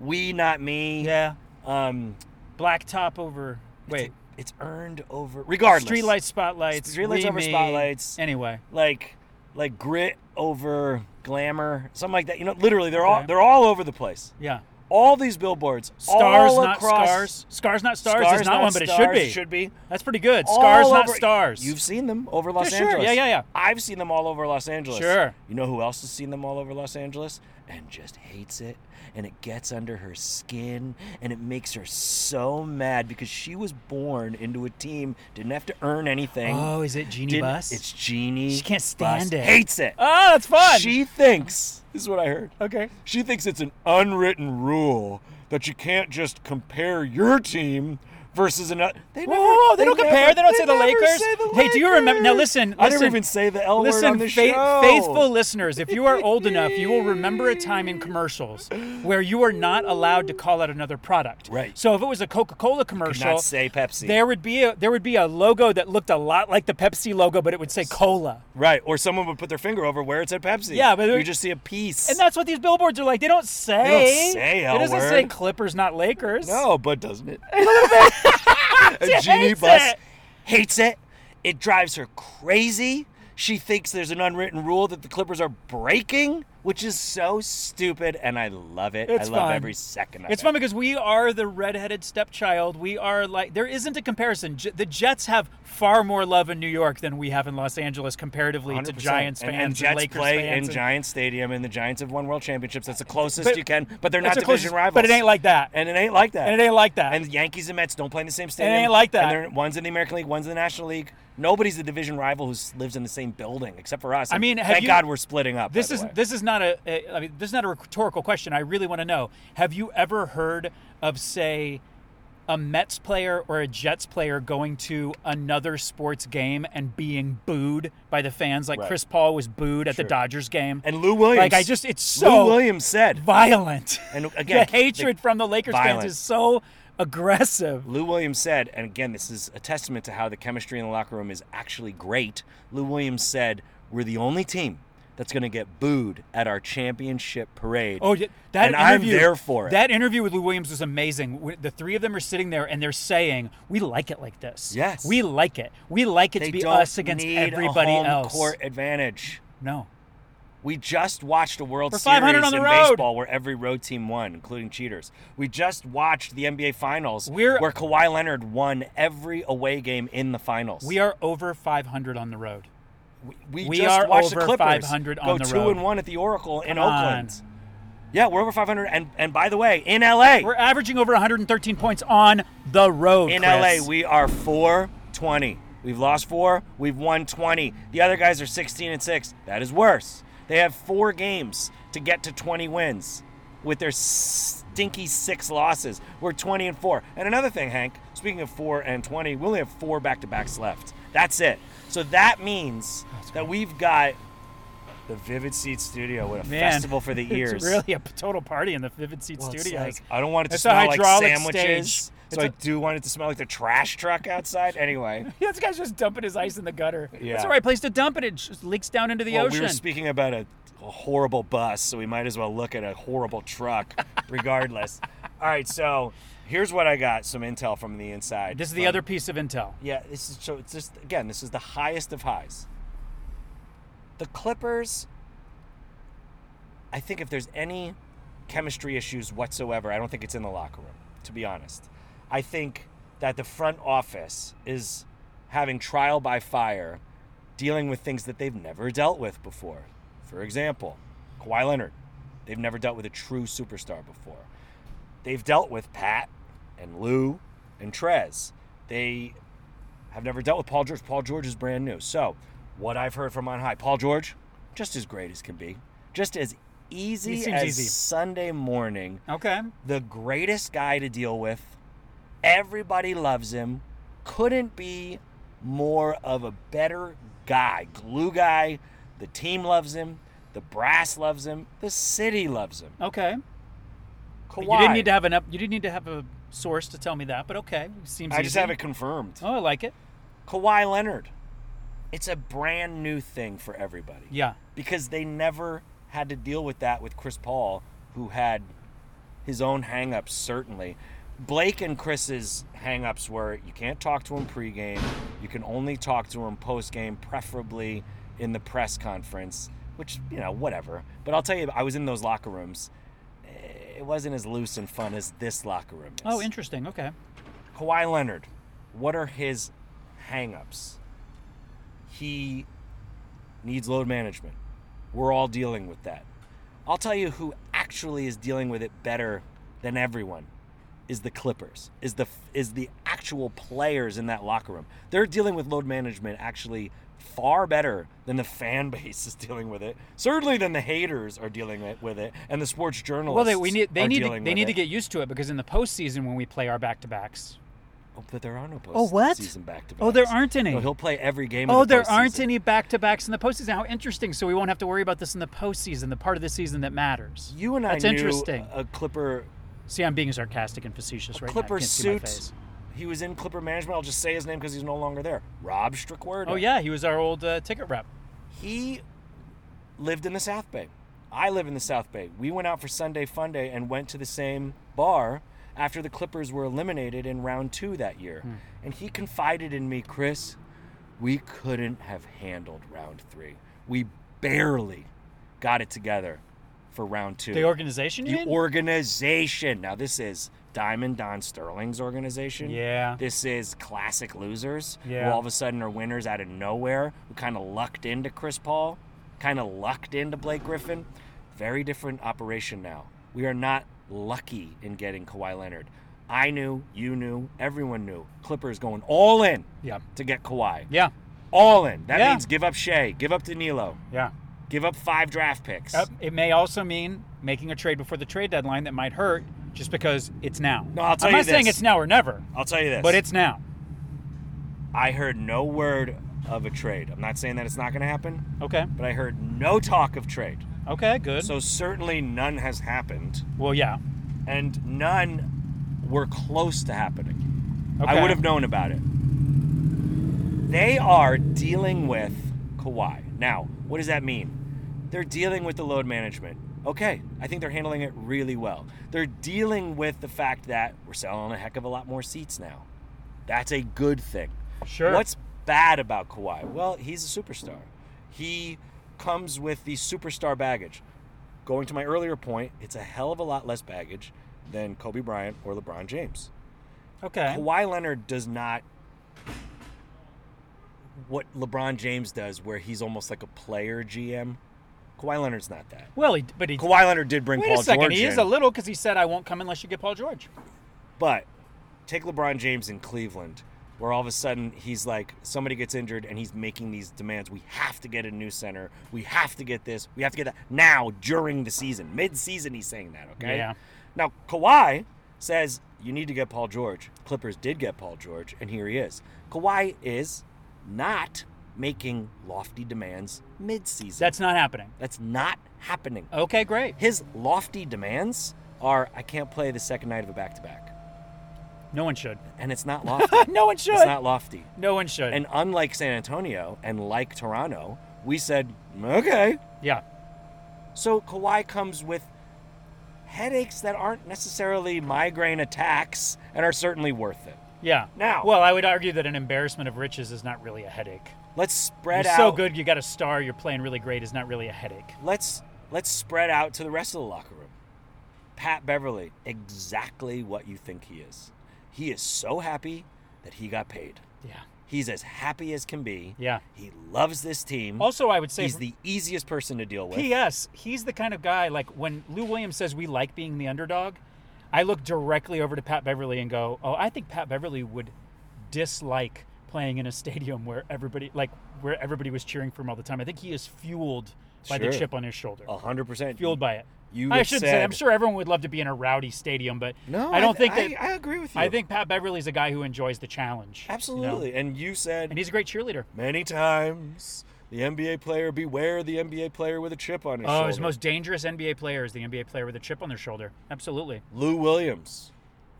[SPEAKER 2] We not me.
[SPEAKER 1] Yeah.
[SPEAKER 2] Um
[SPEAKER 1] Black top over. Wait.
[SPEAKER 2] it's earned over regardless.
[SPEAKER 1] Streetlight spotlights.
[SPEAKER 2] Streetlights
[SPEAKER 1] we,
[SPEAKER 2] over
[SPEAKER 1] me.
[SPEAKER 2] spotlights.
[SPEAKER 1] Anyway.
[SPEAKER 2] like like grit over glamour, something like that. You know, literally they're all
[SPEAKER 1] Okay.
[SPEAKER 2] they're all over the place.
[SPEAKER 1] Yeah.
[SPEAKER 2] all these billboards,
[SPEAKER 1] Stars,
[SPEAKER 2] all
[SPEAKER 1] not
[SPEAKER 2] across,
[SPEAKER 1] scars. Scars, not stars.
[SPEAKER 2] Stars,
[SPEAKER 1] is not, one, but it should
[SPEAKER 2] stars,
[SPEAKER 1] be.
[SPEAKER 2] Should be.
[SPEAKER 1] That's pretty good.
[SPEAKER 2] All
[SPEAKER 1] Scars, not
[SPEAKER 2] over-
[SPEAKER 1] stars.
[SPEAKER 2] You've seen them over Los
[SPEAKER 1] Yeah, sure.
[SPEAKER 2] Angeles.
[SPEAKER 1] Yeah, yeah, yeah.
[SPEAKER 2] I've seen them all over Los Angeles.
[SPEAKER 1] Sure.
[SPEAKER 2] You know who else has seen them all over Los Angeles and just hates it? And it gets under her skin and it makes her so mad because she was born into a team, didn't have to earn anything.
[SPEAKER 1] oh, is it Genie
[SPEAKER 2] didn't-
[SPEAKER 1] Bus?
[SPEAKER 2] It's Genie.
[SPEAKER 1] She can't
[SPEAKER 2] Bus.
[SPEAKER 1] stand it.
[SPEAKER 2] Hates it.
[SPEAKER 1] oh, that's fun.
[SPEAKER 2] She thinks, this is what I heard.
[SPEAKER 1] okay.
[SPEAKER 2] She thinks it's an unwritten rule that you can't just compare your team versus another. They
[SPEAKER 1] Whoa, whoa, whoa, they don't compare. They don't say the
[SPEAKER 2] never
[SPEAKER 1] Lakers.
[SPEAKER 2] say the
[SPEAKER 1] Hey, do you remember- now
[SPEAKER 2] Lakers.
[SPEAKER 1] listen,
[SPEAKER 2] I didn't
[SPEAKER 1] listen.
[SPEAKER 2] even say the L word
[SPEAKER 1] Listen,
[SPEAKER 2] on the
[SPEAKER 1] fa-
[SPEAKER 2] show.
[SPEAKER 1] faithful listeners, if you are old enough, you will remember a time in commercials where you are not allowed to call out another product.
[SPEAKER 2] Right.
[SPEAKER 1] So if it was a Coca-Cola commercial,
[SPEAKER 2] Not say Pepsi.
[SPEAKER 1] there would be a there would be a logo that looked a lot like the Pepsi logo, but it would say cola.
[SPEAKER 2] Right, or someone would put their finger over where it said Pepsi.
[SPEAKER 1] Yeah, but
[SPEAKER 2] you
[SPEAKER 1] it-
[SPEAKER 2] just see a piece.
[SPEAKER 1] And that's what these billboards are like. They don't say.
[SPEAKER 2] say
[SPEAKER 1] It doesn't
[SPEAKER 2] L
[SPEAKER 1] say
[SPEAKER 2] word.
[SPEAKER 1] Clippers, not Lakers.
[SPEAKER 2] no, Oh, but doesn't it?
[SPEAKER 1] She
[SPEAKER 2] a genie
[SPEAKER 1] hates
[SPEAKER 2] bus
[SPEAKER 1] it.
[SPEAKER 2] hates it. It drives her crazy. She thinks there's an unwritten rule that the Clippers are breaking, which is so stupid, and I love it.
[SPEAKER 1] It's
[SPEAKER 2] I love
[SPEAKER 1] fun.
[SPEAKER 2] every second of
[SPEAKER 1] It's
[SPEAKER 2] it.
[SPEAKER 1] fun because we are the redheaded stepchild. We are like there isn't a comparison. J- the Jets have far more love in New York than we have in Los Angeles comparatively to
[SPEAKER 2] 100%.
[SPEAKER 1] Giants
[SPEAKER 2] and,
[SPEAKER 1] fans
[SPEAKER 2] and Jets
[SPEAKER 1] Lakers
[SPEAKER 2] play
[SPEAKER 1] fans.
[SPEAKER 2] in
[SPEAKER 1] and-
[SPEAKER 2] Giants Stadium, and the Giants have won world championships. That's the closest
[SPEAKER 1] But-
[SPEAKER 2] you can, but they're
[SPEAKER 1] That's
[SPEAKER 2] not
[SPEAKER 1] the
[SPEAKER 2] division
[SPEAKER 1] closest-
[SPEAKER 2] rivals.
[SPEAKER 1] But it ain't like that.
[SPEAKER 2] and it ain't like that.
[SPEAKER 1] And it ain't like that.
[SPEAKER 2] And the Yankees and Mets don't play in the same stadium.
[SPEAKER 1] ain't like that.
[SPEAKER 2] And they're, one's in the American League, one's in the National League. Nobody's a division rival who s- lives in the same building except for us.
[SPEAKER 1] I
[SPEAKER 2] And
[SPEAKER 1] mean, have
[SPEAKER 2] thank
[SPEAKER 1] you-
[SPEAKER 2] God we're splitting up. by
[SPEAKER 1] this
[SPEAKER 2] the
[SPEAKER 1] is
[SPEAKER 2] way.
[SPEAKER 1] this is not a, a I mean this is not a rhetorical question. I really want to know. Have you ever heard of say a Mets player or a Jets player going to another sports game and being booed by the fans like
[SPEAKER 2] Right.
[SPEAKER 1] Chris Paul was booed at the Dodgers game?
[SPEAKER 2] and Lou Williams.
[SPEAKER 1] like I just it's
[SPEAKER 2] Lou
[SPEAKER 1] so
[SPEAKER 2] Williams said.
[SPEAKER 1] violent.
[SPEAKER 2] And again,
[SPEAKER 1] the hatred from the Lakers
[SPEAKER 2] violent.
[SPEAKER 1] fans is so aggressive.
[SPEAKER 2] Lou Williams said, and again, this is a testament to how the chemistry in the locker room is actually great. Lou Williams said, "We're the only team that's going to get booed at our championship parade."
[SPEAKER 1] Oh, yeah, that
[SPEAKER 2] And I'm
[SPEAKER 1] interview,
[SPEAKER 2] there for it.
[SPEAKER 1] That interview with Lou Williams was amazing. W- The three of them are sitting there and they're saying, "We like it like this.
[SPEAKER 2] Yes.
[SPEAKER 1] we like it. We like it
[SPEAKER 2] they
[SPEAKER 1] to be
[SPEAKER 2] don't
[SPEAKER 1] us against
[SPEAKER 2] need
[SPEAKER 1] everybody
[SPEAKER 2] a home
[SPEAKER 1] else."
[SPEAKER 2] Court advantage.
[SPEAKER 1] No,
[SPEAKER 2] We just watched a World
[SPEAKER 1] For 500
[SPEAKER 2] Series
[SPEAKER 1] on the
[SPEAKER 2] in
[SPEAKER 1] road.
[SPEAKER 2] baseball where every road team won, including cheaters. We just watched the NBA Finals
[SPEAKER 1] We're-
[SPEAKER 2] where Kawhi Leonard won every away game in the finals.
[SPEAKER 1] we are over 500 on the road.
[SPEAKER 2] We, we
[SPEAKER 1] we
[SPEAKER 2] just
[SPEAKER 1] are
[SPEAKER 2] watched the
[SPEAKER 1] over
[SPEAKER 2] Clippers
[SPEAKER 1] 500 on
[SPEAKER 2] go
[SPEAKER 1] the
[SPEAKER 2] two
[SPEAKER 1] road.
[SPEAKER 2] and one at the Oracle in
[SPEAKER 1] Come
[SPEAKER 2] Oakland. Yeah, we're over 500, and and by the way, in LA,
[SPEAKER 1] We're averaging over 113 points on the road.
[SPEAKER 2] in
[SPEAKER 1] Chris.
[SPEAKER 2] LA we are 420. We've lost four, we've won 20. The other guys are 16 and six. That is worse. They have four games to get to 20 wins with their stinky six losses. We're 20 and four. And another thing, Hank. Speaking of four and 20, we only have four back-to-backs left. That's it. So that means that we've got the Vivid Seat Studio with a
[SPEAKER 1] Man,
[SPEAKER 2] festival for the ears.
[SPEAKER 1] It's really a total party in the Vivid Seat
[SPEAKER 2] Well, it's
[SPEAKER 1] Studios.
[SPEAKER 2] like, I don't want it to
[SPEAKER 1] It's a
[SPEAKER 2] smell like
[SPEAKER 1] hydraulic
[SPEAKER 2] sandwiches.
[SPEAKER 1] stage.
[SPEAKER 2] So I
[SPEAKER 1] It's a-
[SPEAKER 2] do want it to smell like the trash truck outside. Anyway,
[SPEAKER 1] Yeah, this guy's just dumping his ice in the gutter.
[SPEAKER 2] Yeah.
[SPEAKER 1] That's the right place to dump it. It just leaks down into the
[SPEAKER 2] well, we
[SPEAKER 1] ocean.
[SPEAKER 2] were speaking about a, a horrible bus, so we might as well look at a horrible truck, regardless. All right, so here's what I got: some intel from the inside.
[SPEAKER 1] this is the
[SPEAKER 2] from-
[SPEAKER 1] other piece of intel.
[SPEAKER 2] Yeah, this is so. It's just again, this is the highest of highs. The Clippers. I think if there's any chemistry issues whatsoever, I don't think it's in the locker room. To be honest, I think that the front office is having trial by fire, dealing with things that they've never dealt with before. For example, Kawhi Leonard. They've never dealt with a true superstar before they've dealt with Pat and Lou and Trez. They have never dealt with Paul George. Paul George is brand new. So, what I've heard from on high, Paul George, just as great as can be, just as
[SPEAKER 1] He
[SPEAKER 2] easy
[SPEAKER 1] seems
[SPEAKER 2] as
[SPEAKER 1] easy.
[SPEAKER 2] Sunday morning,
[SPEAKER 1] Okay.
[SPEAKER 2] the greatest guy to deal with. Everybody loves him. Couldn't be more of a better guy. Glue guy. The team loves him. The brass loves him. The city loves him.
[SPEAKER 1] Okay.
[SPEAKER 2] Kawhi.
[SPEAKER 1] You didn't need to have an up. You didn't need to have a source to tell me that, but okay, seems.
[SPEAKER 2] I just
[SPEAKER 1] easy.
[SPEAKER 2] have it confirmed.
[SPEAKER 1] Oh, I like it.
[SPEAKER 2] Kawhi Leonard. It's a brand new thing for everybody.
[SPEAKER 1] Yeah.
[SPEAKER 2] Because they never had to deal with that with Chris Paul, who had his own hang ups, certainly. Blake and Chris's hang ups were you can't talk to him pregame, you can only talk to him postgame, preferably in the press conference, which, you know, whatever. But I'll tell you, I was in those locker rooms. Eh, it wasn't as loose and fun as this locker room is.
[SPEAKER 1] Oh, interesting. Okay.
[SPEAKER 2] Kawhi Leonard, what are his hangups? He needs load management. We're all dealing with that. I'll tell you who actually is dealing with it better than everyone is the Clippers. Is the is the actual players in that locker room. They're dealing with load management actually far better than the fan base is dealing with it. Certainly than the haters are dealing it- with it and the sports journalists.
[SPEAKER 1] Well, they we need they
[SPEAKER 2] are
[SPEAKER 1] need to,
[SPEAKER 2] dealing
[SPEAKER 1] they
[SPEAKER 2] with
[SPEAKER 1] need
[SPEAKER 2] it.
[SPEAKER 1] to get used to it because in the postseason when we play our back to backs.
[SPEAKER 2] Oh, but there are no postseason
[SPEAKER 1] Oh, what?
[SPEAKER 2] back to back.
[SPEAKER 1] Oh, there aren't any.
[SPEAKER 2] No, he'll play every game.
[SPEAKER 1] Oh,
[SPEAKER 2] of the
[SPEAKER 1] there aren't
[SPEAKER 2] postseason.
[SPEAKER 1] any back to backs in the postseason. How interesting! So we won't have to worry about this in the postseason, the part of the season that matters.
[SPEAKER 2] You and I
[SPEAKER 1] That's
[SPEAKER 2] knew
[SPEAKER 1] interesting.
[SPEAKER 2] a Clipper
[SPEAKER 1] See, I'm being sarcastic and facetious right now.
[SPEAKER 2] Clipper
[SPEAKER 1] You can't see my
[SPEAKER 2] suit.
[SPEAKER 1] face.
[SPEAKER 2] He was in Clipper management. I'll just say his name because he's no longer there. Rob Strickworth.
[SPEAKER 1] Oh yeah, he was our old uh, ticket rep.
[SPEAKER 2] He lived in the South Bay. I live in the South Bay. We went out for Sunday Fun Day and went to the same bar after the Clippers were eliminated in round two that year.
[SPEAKER 1] Hmm.
[SPEAKER 2] And he confided in me, Chris, we couldn't have handled round three. We barely got it together for round two.
[SPEAKER 1] The organization, you
[SPEAKER 2] The
[SPEAKER 1] mean?
[SPEAKER 2] organization. Now this is Diamond Don Sterling's organization.
[SPEAKER 1] Yeah.
[SPEAKER 2] This is classic losers
[SPEAKER 1] Yeah.
[SPEAKER 2] who all of a sudden are winners out of nowhere. Who kind of lucked into Chris Paul, kind of lucked into Blake Griffin. Very different operation now. We are not lucky in getting Kawhi Leonard. I knew, you knew, everyone knew. Clippers going all in
[SPEAKER 1] Yeah.
[SPEAKER 2] to get Kawhi.
[SPEAKER 1] Yeah.
[SPEAKER 2] All in. That
[SPEAKER 1] Yeah.
[SPEAKER 2] means give up Shea, give up Danilo,
[SPEAKER 1] Yeah.
[SPEAKER 2] give up five draft picks.
[SPEAKER 1] Uh, it may also mean making a trade before the trade deadline that might hurt, just because it's now.
[SPEAKER 2] No, I'll tell
[SPEAKER 1] I'm
[SPEAKER 2] you
[SPEAKER 1] not saying
[SPEAKER 2] this.
[SPEAKER 1] it's now or never,
[SPEAKER 2] I'll tell you this.
[SPEAKER 1] but it's now.
[SPEAKER 2] I heard no word of a trade. I'm not saying that it's not going to happen,
[SPEAKER 1] Okay.
[SPEAKER 2] but I heard no talk of trade.
[SPEAKER 1] Okay. Good.
[SPEAKER 2] So certainly none has happened,
[SPEAKER 1] well, yeah.
[SPEAKER 2] and none were close to happening.
[SPEAKER 1] Okay.
[SPEAKER 2] I would have known about it. They are dealing with Kawhi. Now, what does that mean? They're dealing with the load management. Okay, I think they're handling it really well. They're dealing with the fact that we're selling a heck of a lot more seats now. That's a good thing.
[SPEAKER 1] Sure.
[SPEAKER 2] What's bad about Kawhi? Well, he's a superstar. He comes with the superstar baggage. Going to my earlier point, it's a hell of a lot less baggage than Kobe Bryant or LeBron James.
[SPEAKER 1] okay?
[SPEAKER 2] Kawhi Leonard does not what LeBron James does, where he's almost like a player GM. Kawhi Leonard's not that.
[SPEAKER 1] Well, he, but he.
[SPEAKER 2] Kawhi Leonard did bring
[SPEAKER 1] wait
[SPEAKER 2] Paul
[SPEAKER 1] a second.
[SPEAKER 2] George
[SPEAKER 1] he is
[SPEAKER 2] in.
[SPEAKER 1] a little because he said, "I won't come unless you get Paul George."
[SPEAKER 2] But take LeBron James in Cleveland, where all of a sudden he's like, somebody gets injured and he's making these demands. We have to get a new center. We have to get this. We have to get that now during the season. Mid season, he's saying that, okay?
[SPEAKER 1] Yeah.
[SPEAKER 2] Now, Kawhi says, you need to get Paul George. Clippers did get Paul George, and here he is. Kawhi is not making lofty demands mid season.
[SPEAKER 1] That's not happening.
[SPEAKER 2] That's not happening.
[SPEAKER 1] Okay, great.
[SPEAKER 2] His lofty demands are I can't play the second night of a back to back.
[SPEAKER 1] No one should.
[SPEAKER 2] And it's not lofty.
[SPEAKER 1] no one should.
[SPEAKER 2] It's not lofty.
[SPEAKER 1] no one should.
[SPEAKER 2] And unlike San Antonio and like Toronto, we said, okay.
[SPEAKER 1] yeah.
[SPEAKER 2] So Kawhi comes with headaches that aren't necessarily migraine attacks and are certainly worth it.
[SPEAKER 1] Yeah.
[SPEAKER 2] Now-
[SPEAKER 1] Well, I would argue that an embarrassment of riches is not really a headache.
[SPEAKER 2] Let's spread
[SPEAKER 1] you're
[SPEAKER 2] out.
[SPEAKER 1] so good, you got a star, you're playing really great is not really a headache.
[SPEAKER 2] Let's let's spread out to the rest of the locker room. Pat Beverly, exactly what you think he is. He is so happy that he got paid.
[SPEAKER 1] Yeah.
[SPEAKER 2] He's as happy as can be.
[SPEAKER 1] Yeah.
[SPEAKER 2] He loves this team.
[SPEAKER 1] Also, I would say
[SPEAKER 2] he's the easiest person to deal with.
[SPEAKER 1] P.S. He's the kind of guy like when Lou Williams says we like being the underdog, I look directly over to Pat Beverly and go, "Oh, I think Pat Beverly would dislike playing in a stadium where everybody like where everybody was cheering for him all the time. I think he is fueled by the
[SPEAKER 2] Sure.
[SPEAKER 1] chip on his shoulder.
[SPEAKER 2] A hundred percent
[SPEAKER 1] Fueled by it.
[SPEAKER 2] you
[SPEAKER 1] I
[SPEAKER 2] have
[SPEAKER 1] shouldn't say. I'm
[SPEAKER 2] said-
[SPEAKER 1] sure everyone would love to be in a rowdy stadium, but
[SPEAKER 2] No,
[SPEAKER 1] I don't think
[SPEAKER 2] I,
[SPEAKER 1] that.
[SPEAKER 2] I agree with you.
[SPEAKER 1] I think Pat Beverly's a guy who enjoys the challenge. you know?
[SPEAKER 2] absolutely. And you said
[SPEAKER 1] And he's a great cheerleader.
[SPEAKER 2] many times the NBA player beware the NBA player with a chip on his
[SPEAKER 1] Oh,
[SPEAKER 2] shoulder.
[SPEAKER 1] his most dangerous NBA player is the NBA player with a chip on their shoulder. Absolutely.
[SPEAKER 2] Lou Williams,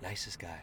[SPEAKER 2] nicest guy.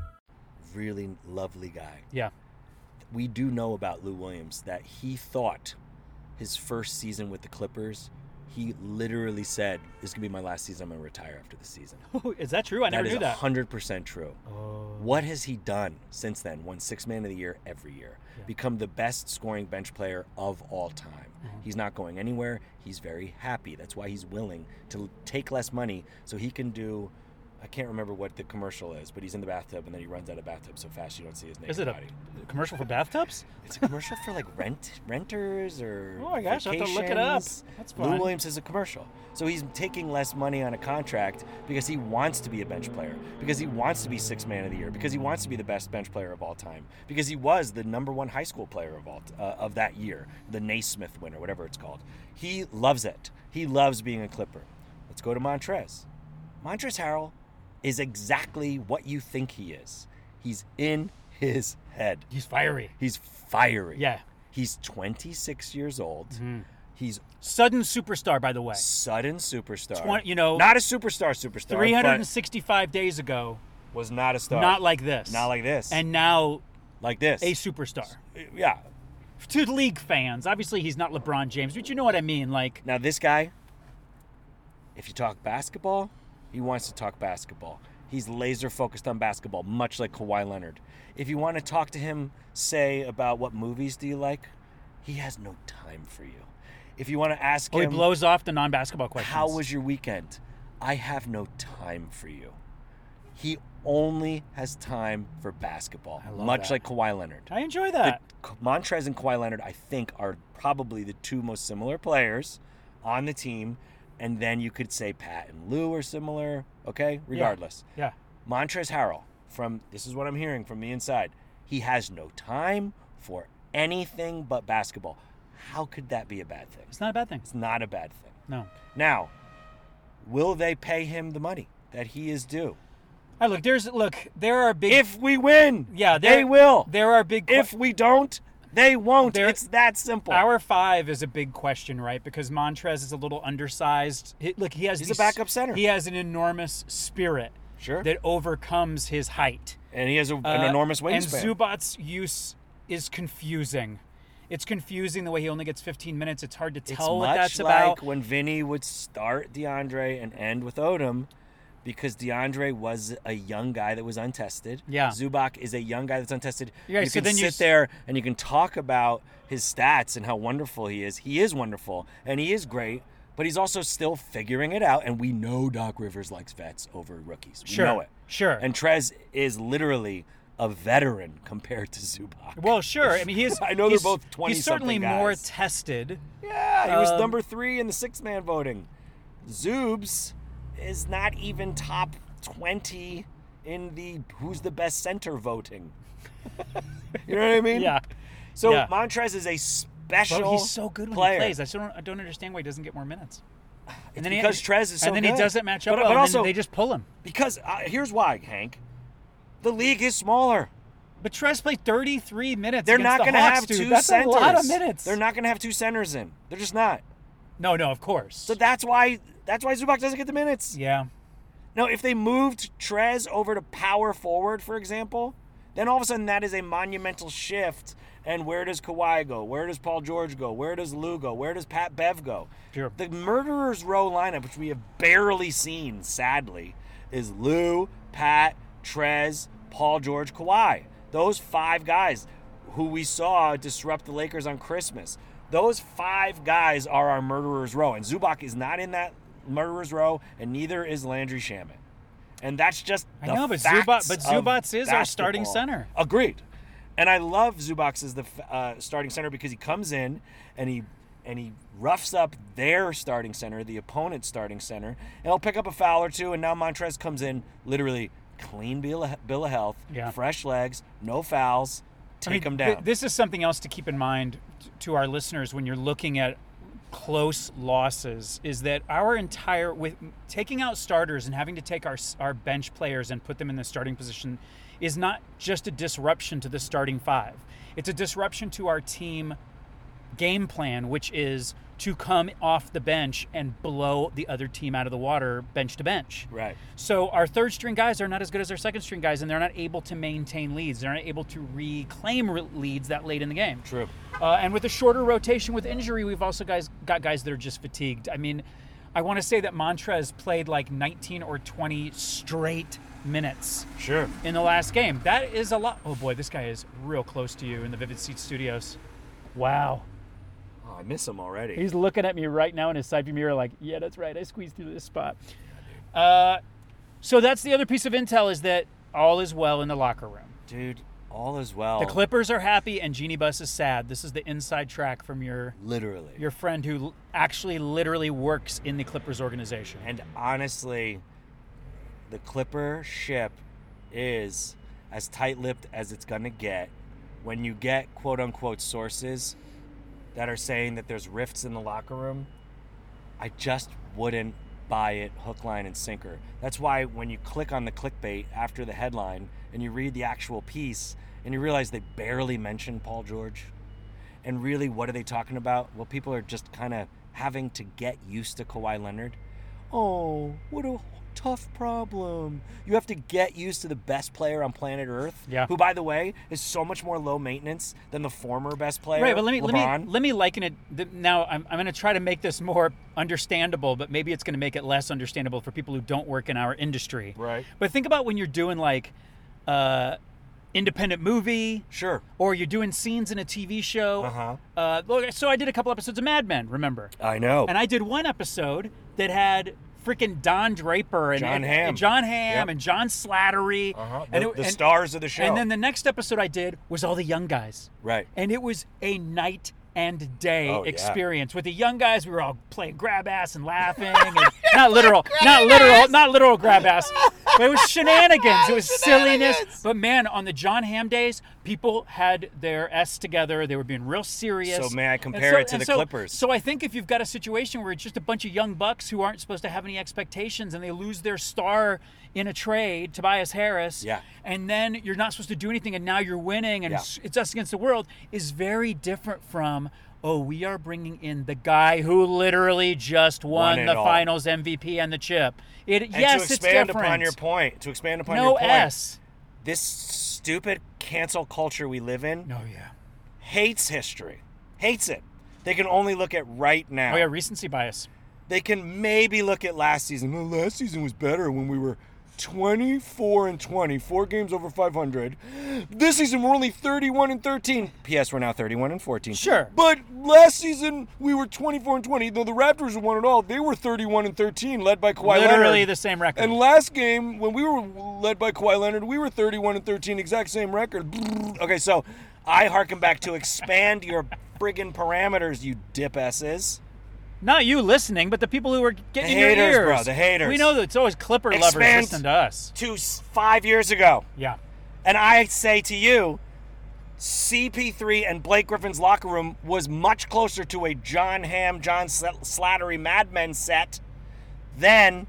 [SPEAKER 2] Really lovely guy.
[SPEAKER 1] Yeah.
[SPEAKER 2] We do know about Lou Williams that he thought his first season with the Clippers, he literally said, This is going to be my last season. I'm going to retire after the season.
[SPEAKER 1] Is that true? I never
[SPEAKER 2] That is
[SPEAKER 1] knew that.
[SPEAKER 2] 100% true. What has he done since then? Won six man of the year every year. Become the best scoring bench player of all time. He's not going anywhere. He's very happy. That's why he's willing to l- take less money so he can do. I can't remember what the commercial is, but he's in the bathtub and then he runs out of bathtub so fast you don't see his naked
[SPEAKER 1] Is it a
[SPEAKER 2] body.
[SPEAKER 1] commercial for bathtubs?
[SPEAKER 2] It's a commercial for like rent renters or
[SPEAKER 1] Oh my gosh, I have to look it up.
[SPEAKER 2] vacations.
[SPEAKER 1] That's
[SPEAKER 2] Lou
[SPEAKER 1] fun.
[SPEAKER 2] Williams is a commercial, so he's taking less money on a contract because he wants to be a bench player, because he wants to be six man of the year, because he wants to be the best bench player of all time, because he was the number one high school player of all uh, of that year, the Naismith win or whatever it's called. He loves it. He loves being a Clipper. Let's go to Montrez. Montrezl Harrell is exactly what you think he is. He's in his head.
[SPEAKER 1] He's fiery.
[SPEAKER 2] He's fiery.
[SPEAKER 1] Yeah. Mm-hmm.
[SPEAKER 2] He's 26 years old. He's
[SPEAKER 1] Sudden superstar, by the way.
[SPEAKER 2] sudden superstar.
[SPEAKER 1] Twen- you know,
[SPEAKER 2] not a superstar superstar. but
[SPEAKER 1] 365 days ago,
[SPEAKER 2] was not a star.
[SPEAKER 1] not like this.
[SPEAKER 2] Not like this.
[SPEAKER 1] And now
[SPEAKER 2] like this.
[SPEAKER 1] a superstar.
[SPEAKER 2] yeah.
[SPEAKER 1] To the league fans, obviously he's not LeBron James, but you know what I mean. Like,
[SPEAKER 2] Now this guy, if you talk basketball, he wants to talk basketball. He's laser focused on basketball, much like Kawhi Leonard. If you want to talk to him, say about what movies do you like, he has no time for you. If you want to ask
[SPEAKER 1] oh, he
[SPEAKER 2] him,
[SPEAKER 1] blows off the non basketball questions.
[SPEAKER 2] How was your weekend? I have no time for you. He only has time for basketball,
[SPEAKER 1] love
[SPEAKER 2] much
[SPEAKER 1] that.
[SPEAKER 2] like Kawhi Leonard.
[SPEAKER 1] I enjoy that.
[SPEAKER 2] K- Montrez and Kawhi Leonard, I think, are probably the two most similar players on the team. And then you could say Pat and Lou are similar, okay? Regardless.
[SPEAKER 1] Yeah.
[SPEAKER 2] Montrez Harrell, from this is what I'm hearing from the inside, he has no time for anything but basketball. How could that be a bad thing?
[SPEAKER 1] It's not a bad thing.
[SPEAKER 2] It's not a bad thing.
[SPEAKER 1] No.
[SPEAKER 2] Now, will they pay him the money that he is due?
[SPEAKER 1] I look, there's, look, there are big.
[SPEAKER 2] If we win,
[SPEAKER 1] yeah, there,
[SPEAKER 2] they will.
[SPEAKER 1] There are big. que-
[SPEAKER 2] if we don't, they won't.
[SPEAKER 1] There-
[SPEAKER 2] It's that simple.
[SPEAKER 1] Hour five is a big question, right? Because Montrez is a little undersized. He- look, he has
[SPEAKER 2] He's
[SPEAKER 1] these-
[SPEAKER 2] a backup center.
[SPEAKER 1] He has an enormous spirit
[SPEAKER 2] Sure.
[SPEAKER 1] that overcomes his height.
[SPEAKER 2] and he has a,
[SPEAKER 1] Uh,
[SPEAKER 2] an enormous wingspan.
[SPEAKER 1] And Zubat's use is confusing. It's confusing the way he only gets 15 minutes. It's hard to
[SPEAKER 2] it's
[SPEAKER 1] tell what
[SPEAKER 2] much
[SPEAKER 1] that's
[SPEAKER 2] like
[SPEAKER 1] about.
[SPEAKER 2] when Vinny would start DeAndre and end with Odom. Because DeAndre was a young guy that was untested.
[SPEAKER 1] Yeah.
[SPEAKER 2] Zubac is a young guy that's untested.
[SPEAKER 1] Yeah,
[SPEAKER 2] you
[SPEAKER 1] so
[SPEAKER 2] can
[SPEAKER 1] then
[SPEAKER 2] sit
[SPEAKER 1] you s-
[SPEAKER 2] there and you can talk about his stats and how wonderful he is. He is wonderful and he is great, but he's also still figuring it out. And we know Doc Rivers likes vets over rookies. We
[SPEAKER 1] Sure,
[SPEAKER 2] know it.
[SPEAKER 1] sure.
[SPEAKER 2] And Trez is literally a veteran compared to Zubac.
[SPEAKER 1] well, sure. I mean, he is.
[SPEAKER 2] I know they're
[SPEAKER 1] he's-
[SPEAKER 2] both 20
[SPEAKER 1] He's certainly
[SPEAKER 2] something
[SPEAKER 1] more
[SPEAKER 2] guys.
[SPEAKER 1] tested.
[SPEAKER 2] Yeah, he was
[SPEAKER 1] Um,
[SPEAKER 2] number three in the six man voting. Zoobs is not even top 20 in the who's the best center voting. you know what I mean?
[SPEAKER 1] Yeah.
[SPEAKER 2] So
[SPEAKER 1] yeah.
[SPEAKER 2] Montrez is a special
[SPEAKER 1] But he's so good when
[SPEAKER 2] player.
[SPEAKER 1] he plays. I still don't, I don't understand why he doesn't get more minutes. And then
[SPEAKER 2] because
[SPEAKER 1] he,
[SPEAKER 2] Trez is so
[SPEAKER 1] and then
[SPEAKER 2] good.
[SPEAKER 1] he doesn't match up
[SPEAKER 2] But-
[SPEAKER 1] well,
[SPEAKER 2] but
[SPEAKER 1] and
[SPEAKER 2] also-
[SPEAKER 1] then they just pull him.
[SPEAKER 2] Because uh, here's why, Hank. The league is smaller.
[SPEAKER 1] But Trez played 33 minutes.
[SPEAKER 2] They're
[SPEAKER 1] against
[SPEAKER 2] not
[SPEAKER 1] the
[SPEAKER 2] going to
[SPEAKER 1] Hawks,
[SPEAKER 2] have
[SPEAKER 1] dude.
[SPEAKER 2] two
[SPEAKER 1] That's
[SPEAKER 2] centers.
[SPEAKER 1] a lot of minutes.
[SPEAKER 2] They're not going to have two centers in. They're just not.
[SPEAKER 1] No, no, of course.
[SPEAKER 2] So that's why that's why Zubac doesn't get the minutes.
[SPEAKER 1] yeah,
[SPEAKER 2] Now, if they moved Trez over to power forward, for example, then all of a sudden that is a monumental shift. And where does Kawhi go? Where does Paul George go? Where does Lou go? Where does Pat Bev go?
[SPEAKER 1] Sure.
[SPEAKER 2] The murderers row lineup, which we have barely seen, sadly, is Lou, Pat, Trez, Paul George, Kawhi. Those five guys who we saw disrupt the Lakers on Christmas. Those five guys are our murderers row, and Zubac is not in that murderers row, and neither is Landry Shaman. And that's just
[SPEAKER 1] I
[SPEAKER 2] the
[SPEAKER 1] know, but
[SPEAKER 2] facts
[SPEAKER 1] Zubac- but
[SPEAKER 2] of
[SPEAKER 1] Zubac's is our starting
[SPEAKER 2] basketball.
[SPEAKER 1] center.
[SPEAKER 2] Agreed. And I love Zubox as the uh, starting center because he comes in and he and he roughs up their starting center, the opponent's starting center, and he'll pick up a foul or two. And now Montrez comes in, literally clean bill of, bill of health,
[SPEAKER 1] Yeah.
[SPEAKER 2] fresh legs, no fouls,
[SPEAKER 1] I mean,
[SPEAKER 2] take him
[SPEAKER 1] th-
[SPEAKER 2] down.
[SPEAKER 1] this is something else to keep in mind t- to our listeners when you're looking at close losses is that our entire with taking out starters and having to take our s- our bench players and put them in the starting position is not just a disruption to the starting five. It's a disruption to our team game plan, which is to come off the bench and blow the other team out of the water bench to bench.
[SPEAKER 2] Right.
[SPEAKER 1] So our third string guys are not as good as our second string guys, and they're not able to maintain leads. They're not able to reclaim re- leads that late in the game.
[SPEAKER 2] True.
[SPEAKER 1] Uh, and with a shorter rotation with injury, we've also guys got guys that are just fatigued. I mean, I want to say that Montrez played like 19 or 20 straight minutes
[SPEAKER 2] Sure.
[SPEAKER 1] in the last game. That is a lot. Oh boy, this guy is real close to you in the Vivid Seat Studios. Wow.
[SPEAKER 2] Oh, I miss him already.
[SPEAKER 1] He's looking at me right now in his side view mirror, like, yeah, that's right. I squeezed through this spot. Uh, so that's the other piece of intel is that all is well in the locker room.
[SPEAKER 2] Dude, all is well.
[SPEAKER 1] The Clippers are happy and Genie Bus is sad. This is the inside track from your
[SPEAKER 2] Literally.
[SPEAKER 1] your friend who l- actually literally works in the Clippers organization.
[SPEAKER 2] And honestly, the Clipper ship is as tight lipped as it's going to get when you get quote unquote sources that are saying that there's rifts in the locker room. I just wouldn't buy it hook, line, and sinker. That's why when you click on the clickbait after the headline and you read the actual piece and you realize they barely mentioned Paul George. And really, what are they talking about? Well, people are just kind of having to get used to Kawhi Leonard. Oh, what a tough problem. You have to get used to the best player on planet Earth.
[SPEAKER 1] Yeah.
[SPEAKER 2] Who, by the way, is so much more low maintenance than the former best player.
[SPEAKER 1] Right, but let me let
[SPEAKER 2] LeBron.
[SPEAKER 1] me let me liken it. th- Now I'm, I'm going to try to make this more understandable, but maybe it's going to make it less understandable for people who don't work in our industry.
[SPEAKER 2] Right.
[SPEAKER 1] But think about when you're doing like uh, independent movie,
[SPEAKER 2] Sure.
[SPEAKER 1] or you're doing scenes in a TV show.
[SPEAKER 2] Uh-huh.
[SPEAKER 1] Uh, look, so I did a couple episodes of Mad Men. Remember?
[SPEAKER 2] I know.
[SPEAKER 1] And I did one episode that had freaking Don Draper and
[SPEAKER 2] John
[SPEAKER 1] and-
[SPEAKER 2] Hamm.
[SPEAKER 1] and John Hamm
[SPEAKER 2] Yep.
[SPEAKER 1] and John Slattery,
[SPEAKER 2] Uh-huh.
[SPEAKER 1] and
[SPEAKER 2] The-
[SPEAKER 1] it-
[SPEAKER 2] the
[SPEAKER 1] and-
[SPEAKER 2] stars of the show.
[SPEAKER 1] And then the next episode I did was all the young guys,
[SPEAKER 2] Right.
[SPEAKER 1] and it was a night and day
[SPEAKER 2] Oh, yeah.
[SPEAKER 1] experience. With the young guys, we were all playing grab ass and laughing, and not literal, not literal, not literal grab ass. But it was shenanigans. It was silliness. But man, on the John Hamm days, people had their s together. They were being real serious.
[SPEAKER 2] So may I
[SPEAKER 1] And
[SPEAKER 2] compare it to
[SPEAKER 1] and
[SPEAKER 2] the Clippers?
[SPEAKER 1] So I think if you've got a situation where it's just a bunch of young bucks who aren't supposed to have any expectations and they lose their star in a trade, Tobias Harris,
[SPEAKER 2] Yeah.
[SPEAKER 1] and then you're not supposed to do anything and now you're winning and
[SPEAKER 2] Yeah.
[SPEAKER 1] it's, it's us against the world is very different from oh we are bringing in the guy who literally just won,
[SPEAKER 2] Won it
[SPEAKER 1] the
[SPEAKER 2] all.
[SPEAKER 1] finals mvp and the chip it
[SPEAKER 2] And
[SPEAKER 1] yes
[SPEAKER 2] to
[SPEAKER 1] it's
[SPEAKER 2] expand
[SPEAKER 1] different
[SPEAKER 2] upon your point, to expand upon
[SPEAKER 1] no
[SPEAKER 2] your point,
[SPEAKER 1] s
[SPEAKER 2] this stupid cancel culture we live in
[SPEAKER 1] no yeah
[SPEAKER 2] hates history, hates it. They can only look at right now.
[SPEAKER 1] oh yeah recency bias
[SPEAKER 2] They can maybe look at last season. Well, last season was better when we were 24 and 20, four games over 500. This season we're only 31 and 13. P.S. We're now 31 and 14.
[SPEAKER 1] Sure.
[SPEAKER 2] But last season we were 24 and 20. Though the Raptors won it all, they were 31 and 13, led by Kawhi Leonard.
[SPEAKER 1] literally the same record
[SPEAKER 2] And last game, when we were led by Kawhi Leonard, we were 31 and 13, exact same record. Okay, so I harken back to expand your friggin' parameters, you dip S's.
[SPEAKER 1] not you listening but the people who are getting
[SPEAKER 2] The
[SPEAKER 1] in your
[SPEAKER 2] haters,
[SPEAKER 1] ears
[SPEAKER 2] bro, the haters.
[SPEAKER 1] we know that it's always clipper lovers
[SPEAKER 2] Expand-
[SPEAKER 1] listening to us
[SPEAKER 2] To s- five years ago.
[SPEAKER 1] yeah
[SPEAKER 2] And I say to you, CP3 and Blake Griffin's locker room was much closer to a John Hamm, John Sl- Slattery Mad Men set than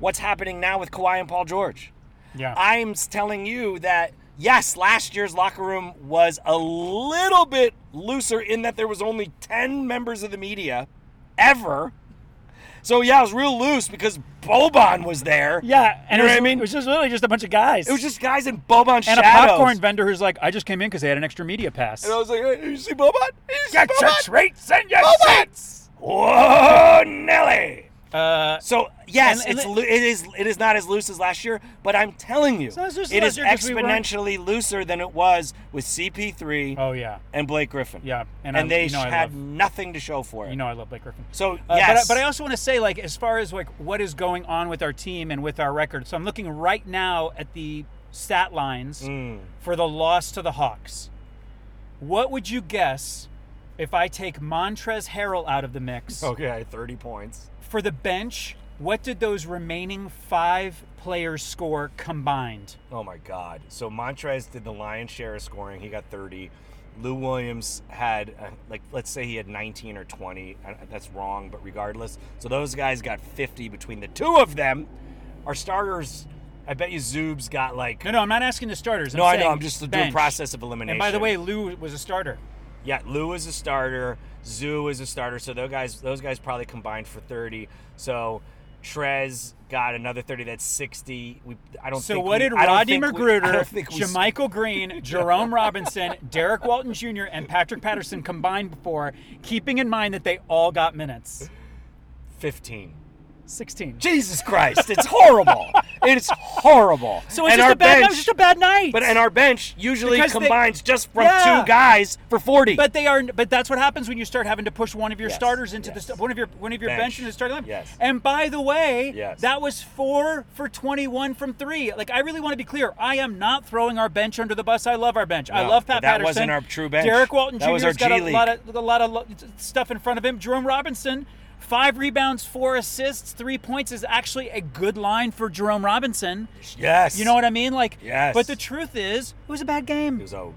[SPEAKER 2] what's happening now with Kawhi and Paul George.
[SPEAKER 1] yeah
[SPEAKER 2] I'm s- telling you that yes, last year's locker room was a little bit looser in that there was only 10 members of the media ever. So yeah, it was real loose because Boban was there.
[SPEAKER 1] yeah and
[SPEAKER 2] You know
[SPEAKER 1] it was,
[SPEAKER 2] what I mean?
[SPEAKER 1] it was just literally just a bunch of guys
[SPEAKER 2] It was just guys in Boban
[SPEAKER 1] and a
[SPEAKER 2] shadows.
[SPEAKER 1] popcorn vendor who's like, I just came in because they had an extra media pass.
[SPEAKER 2] And I was like, hey, you see Boban? You see
[SPEAKER 1] Get your
[SPEAKER 2] Boban?
[SPEAKER 1] treats and your
[SPEAKER 2] Boban!
[SPEAKER 1] seats.
[SPEAKER 2] Whoa, Nelly!
[SPEAKER 1] Uh,
[SPEAKER 2] So yes,
[SPEAKER 1] And- and
[SPEAKER 2] it's
[SPEAKER 1] it-
[SPEAKER 2] loo- it is it is not as loose as last year, but I'm telling you,
[SPEAKER 1] not as loose as
[SPEAKER 2] it
[SPEAKER 1] last
[SPEAKER 2] is
[SPEAKER 1] year 'cause we weren't-
[SPEAKER 2] exponentially looser than it was with CP3
[SPEAKER 1] oh yeah,
[SPEAKER 2] and Blake Griffin.
[SPEAKER 1] yeah.
[SPEAKER 2] and,
[SPEAKER 1] I-
[SPEAKER 2] they
[SPEAKER 1] you know I
[SPEAKER 2] had
[SPEAKER 1] love-
[SPEAKER 2] nothing to show for it.
[SPEAKER 1] you know I love Blake Griffin.
[SPEAKER 2] so
[SPEAKER 1] Uh, but I-
[SPEAKER 2] yes,
[SPEAKER 1] but, I also want to say, like, as far as like what is going on with our team and with our record. So I'm looking right now at the stat lines
[SPEAKER 2] Mm.
[SPEAKER 1] for the loss to the Hawks. What would you guess if I take Montrez Harrell out of the mix
[SPEAKER 2] okay, thirty points.
[SPEAKER 1] for the bench? What did those remaining five players score combined?
[SPEAKER 2] Oh my God! So Montrez did the lion's share of scoring. He got thirty. Lou Williams had uh, like let's say he had nineteen or twenty. I- That's wrong, but regardless, so those guys got fifty between the two of them. Our starters, I bet you Zub's got like.
[SPEAKER 1] No, no, I'm not asking the starters. I'm
[SPEAKER 2] No, I know.
[SPEAKER 1] saying
[SPEAKER 2] I'm just doing
[SPEAKER 1] bench.
[SPEAKER 2] process of elimination.
[SPEAKER 1] And by the way, Lou was a starter.
[SPEAKER 2] Yeah, Lou is a starter. Zoo is a starter. So those guys, those guys probably combined for thirty. So Trez got another thirty. That's sixty. We, I don't.
[SPEAKER 1] So
[SPEAKER 2] think
[SPEAKER 1] what
[SPEAKER 2] we-
[SPEAKER 1] did
[SPEAKER 2] I don't
[SPEAKER 1] Rodney
[SPEAKER 2] think we- I
[SPEAKER 1] Magruder,
[SPEAKER 2] don't think we-
[SPEAKER 1] Jermichael Green, Jerome Robinson, Derek Walton Jr., and Patrick Patterson combined for, keeping in mind that they all got minutes?
[SPEAKER 2] Fifteen.
[SPEAKER 1] 16.
[SPEAKER 2] Jesus Christ! It's horrible. it's horrible.
[SPEAKER 1] So it's
[SPEAKER 2] And
[SPEAKER 1] just
[SPEAKER 2] our
[SPEAKER 1] a bad, it
[SPEAKER 2] bench,
[SPEAKER 1] was just a bad night.
[SPEAKER 2] But and our bench usually
[SPEAKER 1] Because they-
[SPEAKER 2] combines just from
[SPEAKER 1] Yeah.
[SPEAKER 2] two guys for forty.
[SPEAKER 1] But they are. But that's what happens when you start having to push one of your
[SPEAKER 2] Yes,
[SPEAKER 1] starters into
[SPEAKER 2] yes.
[SPEAKER 1] the st- one of your one of your bench,
[SPEAKER 2] Bench,
[SPEAKER 1] into the starting lineup.
[SPEAKER 2] yes.
[SPEAKER 1] And by the way,
[SPEAKER 2] Yes.
[SPEAKER 1] that was four for twenty-one from three. Like I really want to be clear. I am not throwing our bench under the bus. I love our bench. I
[SPEAKER 2] No,
[SPEAKER 1] love Pat
[SPEAKER 2] but that
[SPEAKER 1] Patterson.
[SPEAKER 2] wasn't our true bench.
[SPEAKER 1] Derek Walton
[SPEAKER 2] That
[SPEAKER 1] Jr.
[SPEAKER 2] was
[SPEAKER 1] 's
[SPEAKER 2] our
[SPEAKER 1] got a
[SPEAKER 2] G
[SPEAKER 1] lot of a lot of lo- stuff in front of him. Jerome Robinson. Five rebounds, four assists, three points is actually a good line for Jerome Robinson.
[SPEAKER 2] yes,
[SPEAKER 1] You know what I mean? Like,
[SPEAKER 2] Yes.
[SPEAKER 1] but the truth is, it was a bad
[SPEAKER 2] It
[SPEAKER 1] game.
[SPEAKER 2] was a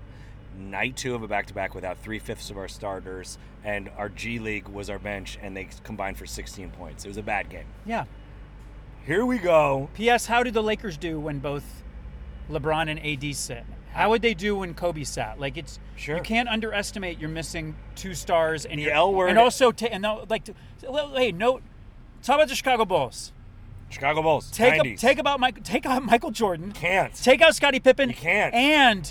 [SPEAKER 2] night two of a back to back without three fifths of our starters, and our G League was our bench, and they combined for 16 points. It was a bad game.
[SPEAKER 1] Yeah.
[SPEAKER 2] Here we go.
[SPEAKER 1] P.S. How did the Lakers do when both LeBron and AD sit? How would they do when Kobe sat? Like it's
[SPEAKER 2] Sure.
[SPEAKER 1] you can't underestimate you're missing two stars and
[SPEAKER 2] The
[SPEAKER 1] you're-
[SPEAKER 2] L word-
[SPEAKER 1] and also ta- and now, like to, hey no talk about the Chicago Bulls
[SPEAKER 2] Chicago Bulls.
[SPEAKER 1] take
[SPEAKER 2] 90s.
[SPEAKER 1] a, take about Mike take out Michael Jordan
[SPEAKER 2] Can't.
[SPEAKER 1] take out Scottie Pippen
[SPEAKER 2] You can't.
[SPEAKER 1] and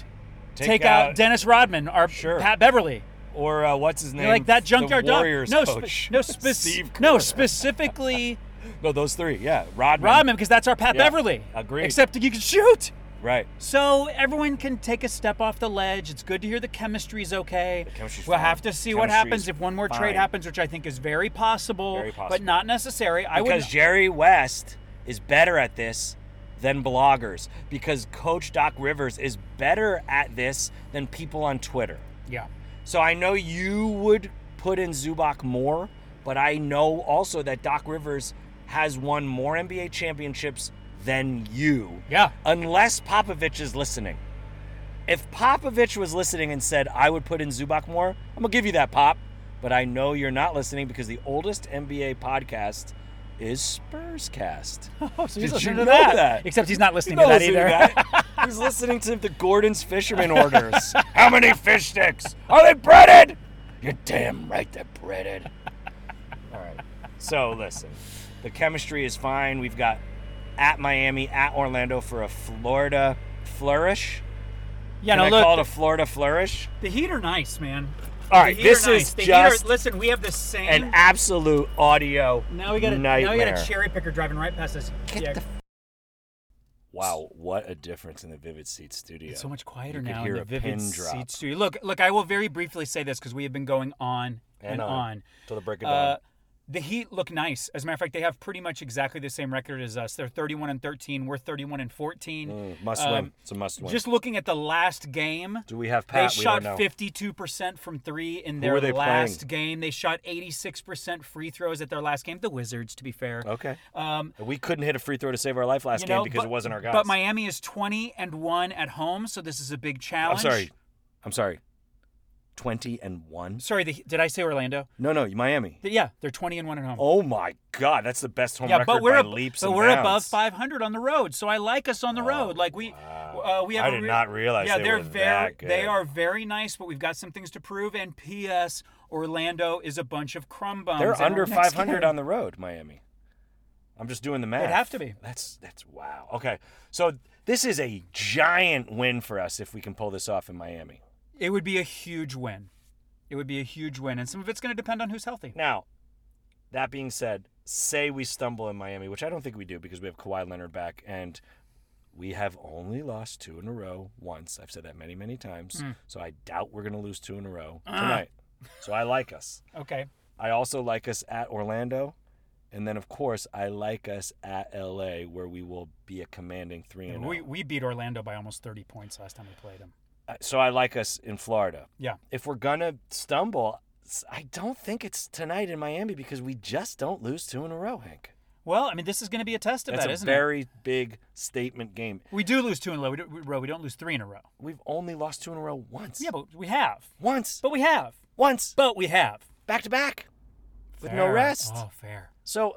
[SPEAKER 2] Take
[SPEAKER 1] take, out,
[SPEAKER 2] out-
[SPEAKER 1] Dennis Rodman or
[SPEAKER 2] Sure.
[SPEAKER 1] Pat Beverly
[SPEAKER 2] or uh, what's his name?
[SPEAKER 1] You're like that junkyard
[SPEAKER 2] the
[SPEAKER 1] dog
[SPEAKER 2] Warriors
[SPEAKER 1] no spe-
[SPEAKER 2] coach.
[SPEAKER 1] no spec-
[SPEAKER 2] Steve
[SPEAKER 1] no
[SPEAKER 2] Kerr.
[SPEAKER 1] specifically
[SPEAKER 2] No, those three. Yeah, Rodman.
[SPEAKER 1] Rodman because that's our Pat
[SPEAKER 2] Yeah,
[SPEAKER 1] Beverly
[SPEAKER 2] agreed.
[SPEAKER 1] except you can shoot.
[SPEAKER 2] Right.
[SPEAKER 1] So everyone can take a step off the ledge. It's good to hear the chemistry's okay.
[SPEAKER 2] The chemistry's
[SPEAKER 1] we'll
[SPEAKER 2] fine.
[SPEAKER 1] have to see what
[SPEAKER 2] Chemistry's
[SPEAKER 1] happens if one more
[SPEAKER 2] fine.
[SPEAKER 1] trade happens, which I think is very possible,
[SPEAKER 2] Very
[SPEAKER 1] but
[SPEAKER 2] possible.
[SPEAKER 1] not necessary. I would
[SPEAKER 2] because Jerry West is better at this than bloggers. Because Coach Doc Rivers is better at this than people on Twitter.
[SPEAKER 1] yeah.
[SPEAKER 2] So I know you would put in Zubac more, but I know also that Doc Rivers has won more NBA championships than you.
[SPEAKER 1] Yeah.
[SPEAKER 2] Unless Popovich is listening. If Popovich was listening and said, I would put in Zubac more, I'm going to give you that, Pop. But I know you're not listening because the oldest NBA podcast is Spurscast.
[SPEAKER 1] Oh, so he's
[SPEAKER 2] Did
[SPEAKER 1] listening
[SPEAKER 2] you
[SPEAKER 1] to
[SPEAKER 2] know
[SPEAKER 1] that.
[SPEAKER 2] that?
[SPEAKER 1] Except he's not listening
[SPEAKER 2] He's
[SPEAKER 1] to
[SPEAKER 2] not
[SPEAKER 1] that either.
[SPEAKER 2] listening to that. He's listening to the Gordon's Fisherman orders. How many fish sticks? Are they breaded? You're damn right they're breaded. All right. So listen, the chemistry is fine. We've got at Miami, at Orlando for a Florida flourish.
[SPEAKER 1] yeah,
[SPEAKER 2] Can
[SPEAKER 1] no,
[SPEAKER 2] I
[SPEAKER 1] look,
[SPEAKER 2] call it a Florida flourish?
[SPEAKER 1] the Heat are nice, man.
[SPEAKER 2] All right,
[SPEAKER 1] the Heat are
[SPEAKER 2] this
[SPEAKER 1] nice.
[SPEAKER 2] is
[SPEAKER 1] the
[SPEAKER 2] just
[SPEAKER 1] Heat are, listen. We have the same.
[SPEAKER 2] an absolute audio
[SPEAKER 1] now we got a
[SPEAKER 2] nightmare.
[SPEAKER 1] now we got a cherry picker driving right past us. yeah,
[SPEAKER 2] Wow, what a difference in the Vivid Seats studio.
[SPEAKER 1] It's so much quieter
[SPEAKER 2] You could
[SPEAKER 1] now
[SPEAKER 2] hear
[SPEAKER 1] in the
[SPEAKER 2] a
[SPEAKER 1] vivid
[SPEAKER 2] pin drop.
[SPEAKER 1] seats studio. Look, look, I will very briefly say this because we have been going on and,
[SPEAKER 2] And on.
[SPEAKER 1] on.
[SPEAKER 2] Till the break of
[SPEAKER 1] Uh,
[SPEAKER 2] dawn.
[SPEAKER 1] the Heat look nice. As a matter of fact, they have pretty much exactly the same record as us. They're 31 and 13. We're 31 and 14.
[SPEAKER 2] Mm, must
[SPEAKER 1] Um,
[SPEAKER 2] win. It's a must win.
[SPEAKER 1] Just looking at the last game,
[SPEAKER 2] Do we have
[SPEAKER 1] they
[SPEAKER 2] Pat? we
[SPEAKER 1] shot
[SPEAKER 2] don't know.
[SPEAKER 1] 52% from three in
[SPEAKER 2] were
[SPEAKER 1] their
[SPEAKER 2] they
[SPEAKER 1] last
[SPEAKER 2] playing?
[SPEAKER 1] game. They shot 86% free throws at their last game. The Wizards, to be fair.
[SPEAKER 2] Okay.
[SPEAKER 1] Um,
[SPEAKER 2] We couldn't hit a free throw to save our life last
[SPEAKER 1] you
[SPEAKER 2] game
[SPEAKER 1] know,
[SPEAKER 2] because
[SPEAKER 1] but,
[SPEAKER 2] it wasn't our guys.
[SPEAKER 1] But Miami is 20 and 1 at home, so this is a big
[SPEAKER 2] I'm
[SPEAKER 1] challenge.
[SPEAKER 2] sorry. I'm sorry. 20 and 1?
[SPEAKER 1] Sorry, the, did I say Orlando?
[SPEAKER 2] No, no, Miami.
[SPEAKER 1] Th- Yeah, they're 20 and 1 at home.
[SPEAKER 2] Oh my god, that's the best home
[SPEAKER 1] yeah,
[SPEAKER 2] record
[SPEAKER 1] but we're
[SPEAKER 2] by
[SPEAKER 1] ab-
[SPEAKER 2] leaps
[SPEAKER 1] but
[SPEAKER 2] and
[SPEAKER 1] we're
[SPEAKER 2] bounds. Oh,
[SPEAKER 1] above 500 on the road, so I like us on the road. Like we uh, we have
[SPEAKER 2] I
[SPEAKER 1] a
[SPEAKER 2] did
[SPEAKER 1] re-
[SPEAKER 2] not realize
[SPEAKER 1] Yeah,
[SPEAKER 2] they
[SPEAKER 1] are
[SPEAKER 2] were
[SPEAKER 1] very
[SPEAKER 2] that good.
[SPEAKER 1] they are very nice, but we've got some things to prove and PS Orlando is a bunch of crumb bums.
[SPEAKER 2] They're
[SPEAKER 1] in our
[SPEAKER 2] under
[SPEAKER 1] next
[SPEAKER 2] 500
[SPEAKER 1] game.
[SPEAKER 2] on the road, Miami. I'm just doing the math.
[SPEAKER 1] have to be.
[SPEAKER 2] That's that's wow. Okay. So this is a giant win for us if we can pull this off in Miami.
[SPEAKER 1] It would be a huge win. It would be a huge win and some of it's going to depend on who's healthy.
[SPEAKER 2] Now, that being said, say we stumble in Miami, which I don't think we do because we have Kawhi Leonard back and we have only lost two in a row once. I've said that many, many times. So I doubt we're going to lose two in a row tonight. So I like us.
[SPEAKER 1] Okay.
[SPEAKER 2] I also like us at Orlando. And then, of course, I like us at LA, where we will be a commanding 3 and oh.
[SPEAKER 1] We
[SPEAKER 2] 0.
[SPEAKER 1] we beat Orlando by almost 30 points last time we played them.
[SPEAKER 2] Uh, So I like us in Florida.
[SPEAKER 1] Yeah.
[SPEAKER 2] If we're going to stumble, s- I don't think it's tonight in Miami because we just don't lose two in a row, Hank.
[SPEAKER 1] Well, I mean this is going to be a test of
[SPEAKER 2] That's
[SPEAKER 1] that,
[SPEAKER 2] a
[SPEAKER 1] isn't it?
[SPEAKER 2] very big statement game.
[SPEAKER 1] We do lose two in a row. We don't- we- row. We don't lose three in a row.
[SPEAKER 2] We've only lost two in a row once.
[SPEAKER 1] Yeah, but we have.
[SPEAKER 2] once,
[SPEAKER 1] But we have.
[SPEAKER 2] once,
[SPEAKER 1] But we have.
[SPEAKER 2] back to back, with no rest.
[SPEAKER 1] Oh, fair.
[SPEAKER 2] So,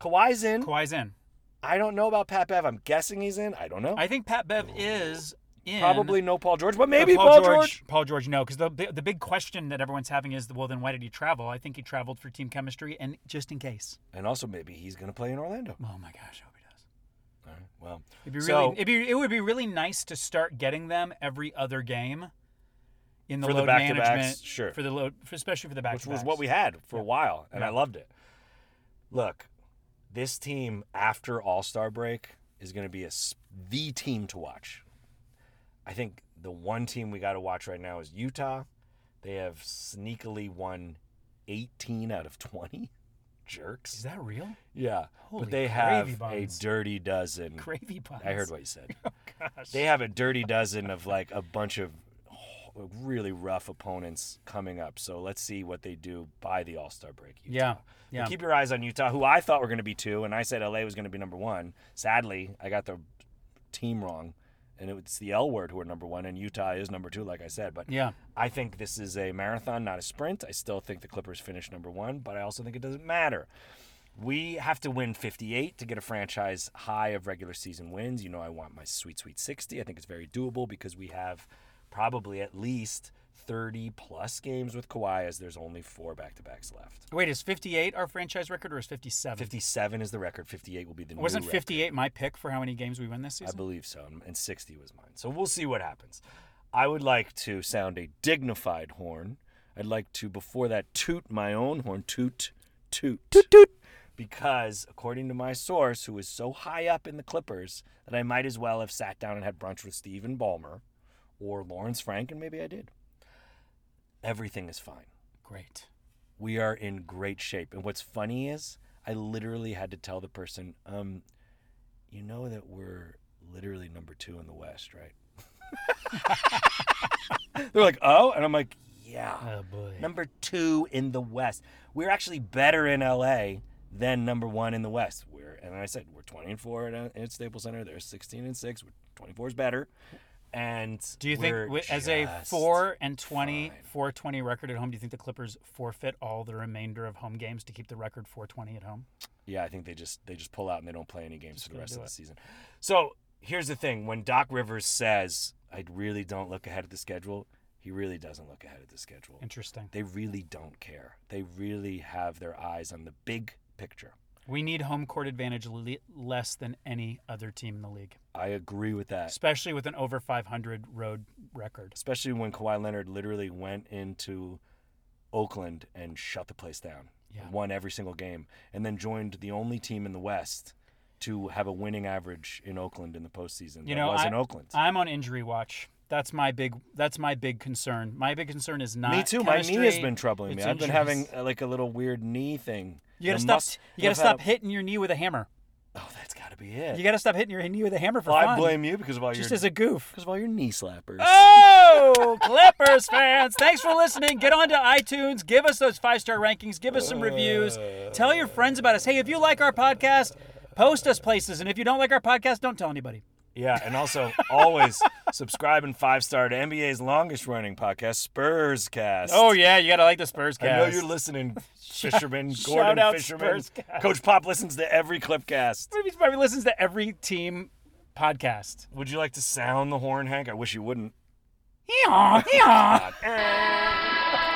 [SPEAKER 2] Kawhi's in.
[SPEAKER 1] Kawhi's in.
[SPEAKER 2] I don't know about Pat Bev. I'm guessing he's in. I don't know.
[SPEAKER 1] I think Pat Bev is, in.
[SPEAKER 2] Probably no Paul George, but maybe
[SPEAKER 1] But
[SPEAKER 2] Paul, George.
[SPEAKER 1] Paul George, no, because the bi- the big question that everyone's having is, well, then why did he travel? I think he traveled for team chemistry and just in case.
[SPEAKER 2] And also maybe he's going to play in Orlando.
[SPEAKER 1] Oh my gosh, I hope he does.
[SPEAKER 2] All right, well,
[SPEAKER 1] It'd be really,
[SPEAKER 2] so
[SPEAKER 1] it'd be, it would be really nice to start getting them every other game in the
[SPEAKER 2] For the
[SPEAKER 1] load
[SPEAKER 2] back-to-backs,
[SPEAKER 1] management,
[SPEAKER 2] sure.
[SPEAKER 1] for the load, for, especially for the back,
[SPEAKER 2] which was what we had for a while, and I loved it. Look, this team after All Star break is going to be a s- the team to watch. I think the one team we got to watch right now is Utah. They have sneakily won 18 out of 20. Jerks.
[SPEAKER 1] Is that real?
[SPEAKER 2] yeah,
[SPEAKER 1] Holy
[SPEAKER 2] but they
[SPEAKER 1] gravy
[SPEAKER 2] have a
[SPEAKER 1] buns.
[SPEAKER 2] dirty dozen.
[SPEAKER 1] Gravy puns.
[SPEAKER 2] Mm. I heard what you said.
[SPEAKER 1] Gosh.
[SPEAKER 2] They have a dirty dozen of like a bunch of really rough opponents coming up. So let's see what they do by the All Star break. Utah.
[SPEAKER 1] Yeah,
[SPEAKER 2] But
[SPEAKER 1] yeah.
[SPEAKER 2] keep your eyes on Utah, who I thought were going to be two, and I said LA was going to be number one. Sadly, I got the team wrong, and it's the L word who are number one, and Utah is number two, like I said. But
[SPEAKER 1] Yeah.
[SPEAKER 2] I think this is a marathon, not a sprint. I still think the Clippers finish number one, but I also think it doesn't matter. We have to win 58 to get a franchise high of regular season wins. You know, I want my sweet, sweet 60. I think it's very doable because we have probably at least 30 plus games with Kawhi, as there's only four back to backs left.
[SPEAKER 1] Wait, is 58 our franchise record or is 57?
[SPEAKER 2] 57 is the record. 58 will be the new
[SPEAKER 1] Wasn't
[SPEAKER 2] record.
[SPEAKER 1] 58 my pick for how many games we win this
[SPEAKER 2] I
[SPEAKER 1] season?
[SPEAKER 2] believe so. and- And 60 was mine. So we'll see what happens. I would like to sound a dignified horn. I'd like to, before that, toot my own horn. Toot, toot. Toot, toot. Because, according to my source, who is so high up in the Clippers that I might as well have sat down and had brunch with Steven Ballmer or Lawrence Frank, and maybe I did. Everything is fine
[SPEAKER 1] Great.
[SPEAKER 2] we are in great shape. And what's funny is I literally had to tell the person, um, you know that we're literally number two in the West, right? They're like, oh, and I'm like, yeah,
[SPEAKER 1] Oh boy.
[SPEAKER 2] number two in the West. We're actually better in LA than number one in the West. We're and I said we're 20 and four at, at Staples Center. They're 16 and six. We're 24 is better. And
[SPEAKER 1] do you think,
[SPEAKER 2] we're
[SPEAKER 1] wi- as a
[SPEAKER 2] just-
[SPEAKER 1] 4 and 20,
[SPEAKER 2] fine.
[SPEAKER 1] 420 record at home, do you think the Clippers forfeit all the remainder of home games to keep the record 420 at home?
[SPEAKER 2] Yeah, I think they just they just pull out and they don't play any games for the
[SPEAKER 1] gonna
[SPEAKER 2] rest
[SPEAKER 1] do
[SPEAKER 2] of the
[SPEAKER 1] it.
[SPEAKER 2] season. So here's the thing: when Doc Rivers says, "I really don't look ahead at the schedule," he really doesn't look ahead at the schedule.
[SPEAKER 1] Interesting.
[SPEAKER 2] They really don't care. They really have their eyes on the big picture.
[SPEAKER 1] We need home court advantage le- less than any other team in the league,
[SPEAKER 2] I agree with that,
[SPEAKER 1] especially with an over 500 road record.
[SPEAKER 2] especially when Kawhi Leonard literally went into Oakland and shut the place down,
[SPEAKER 1] Yeah.
[SPEAKER 2] won every single game, and then joined the only team in the West to have a winning average in Oakland in the postseason. that
[SPEAKER 1] You know,
[SPEAKER 2] was
[SPEAKER 1] I,
[SPEAKER 2] in Oakland.
[SPEAKER 1] I'm on injury watch. That's my big. That's my big concern. My big concern is not.
[SPEAKER 2] me too. My knee has
[SPEAKER 1] chemistry,
[SPEAKER 2] been troubling me.
[SPEAKER 1] it's
[SPEAKER 2] I've been having
[SPEAKER 1] injuries.
[SPEAKER 2] uh, like a little weird knee thing.
[SPEAKER 1] You gotta
[SPEAKER 2] The
[SPEAKER 1] stop.
[SPEAKER 2] mus-
[SPEAKER 1] you gotta
[SPEAKER 2] I've had
[SPEAKER 1] stop
[SPEAKER 2] a-
[SPEAKER 1] hitting your knee with a hammer.
[SPEAKER 2] Oh, that's gotta be it.
[SPEAKER 1] You gotta stop hitting your knee with a hammer for
[SPEAKER 2] Well, I
[SPEAKER 1] fun.
[SPEAKER 2] blame you because of all
[SPEAKER 1] Just
[SPEAKER 2] your
[SPEAKER 1] as a Ah! goof.
[SPEAKER 2] because of all your knee slappers.
[SPEAKER 1] Oh, Clippers fans, thanks for listening. Get on to iTunes, give us those five star rankings, give us some reviews, tell your friends about us. Hey, if you like our podcast, post us places. And if you don't like our podcast, don't tell anybody.
[SPEAKER 2] Yeah, and also always subscribe and five star to NBA's longest running podcast, Spurscast.
[SPEAKER 1] Oh, yeah, you gotta like the Spurs
[SPEAKER 2] I know you're listening, Fisherman Gordon
[SPEAKER 1] out
[SPEAKER 2] Fisherman.
[SPEAKER 1] Spurscast.
[SPEAKER 2] Coach Pop listens to every Clipcast.
[SPEAKER 1] Maybe he probably listens to every team podcast.
[SPEAKER 2] Would you like to sound the horn, Hank? I wish you wouldn't.
[SPEAKER 1] Hee-haw, hee-haw.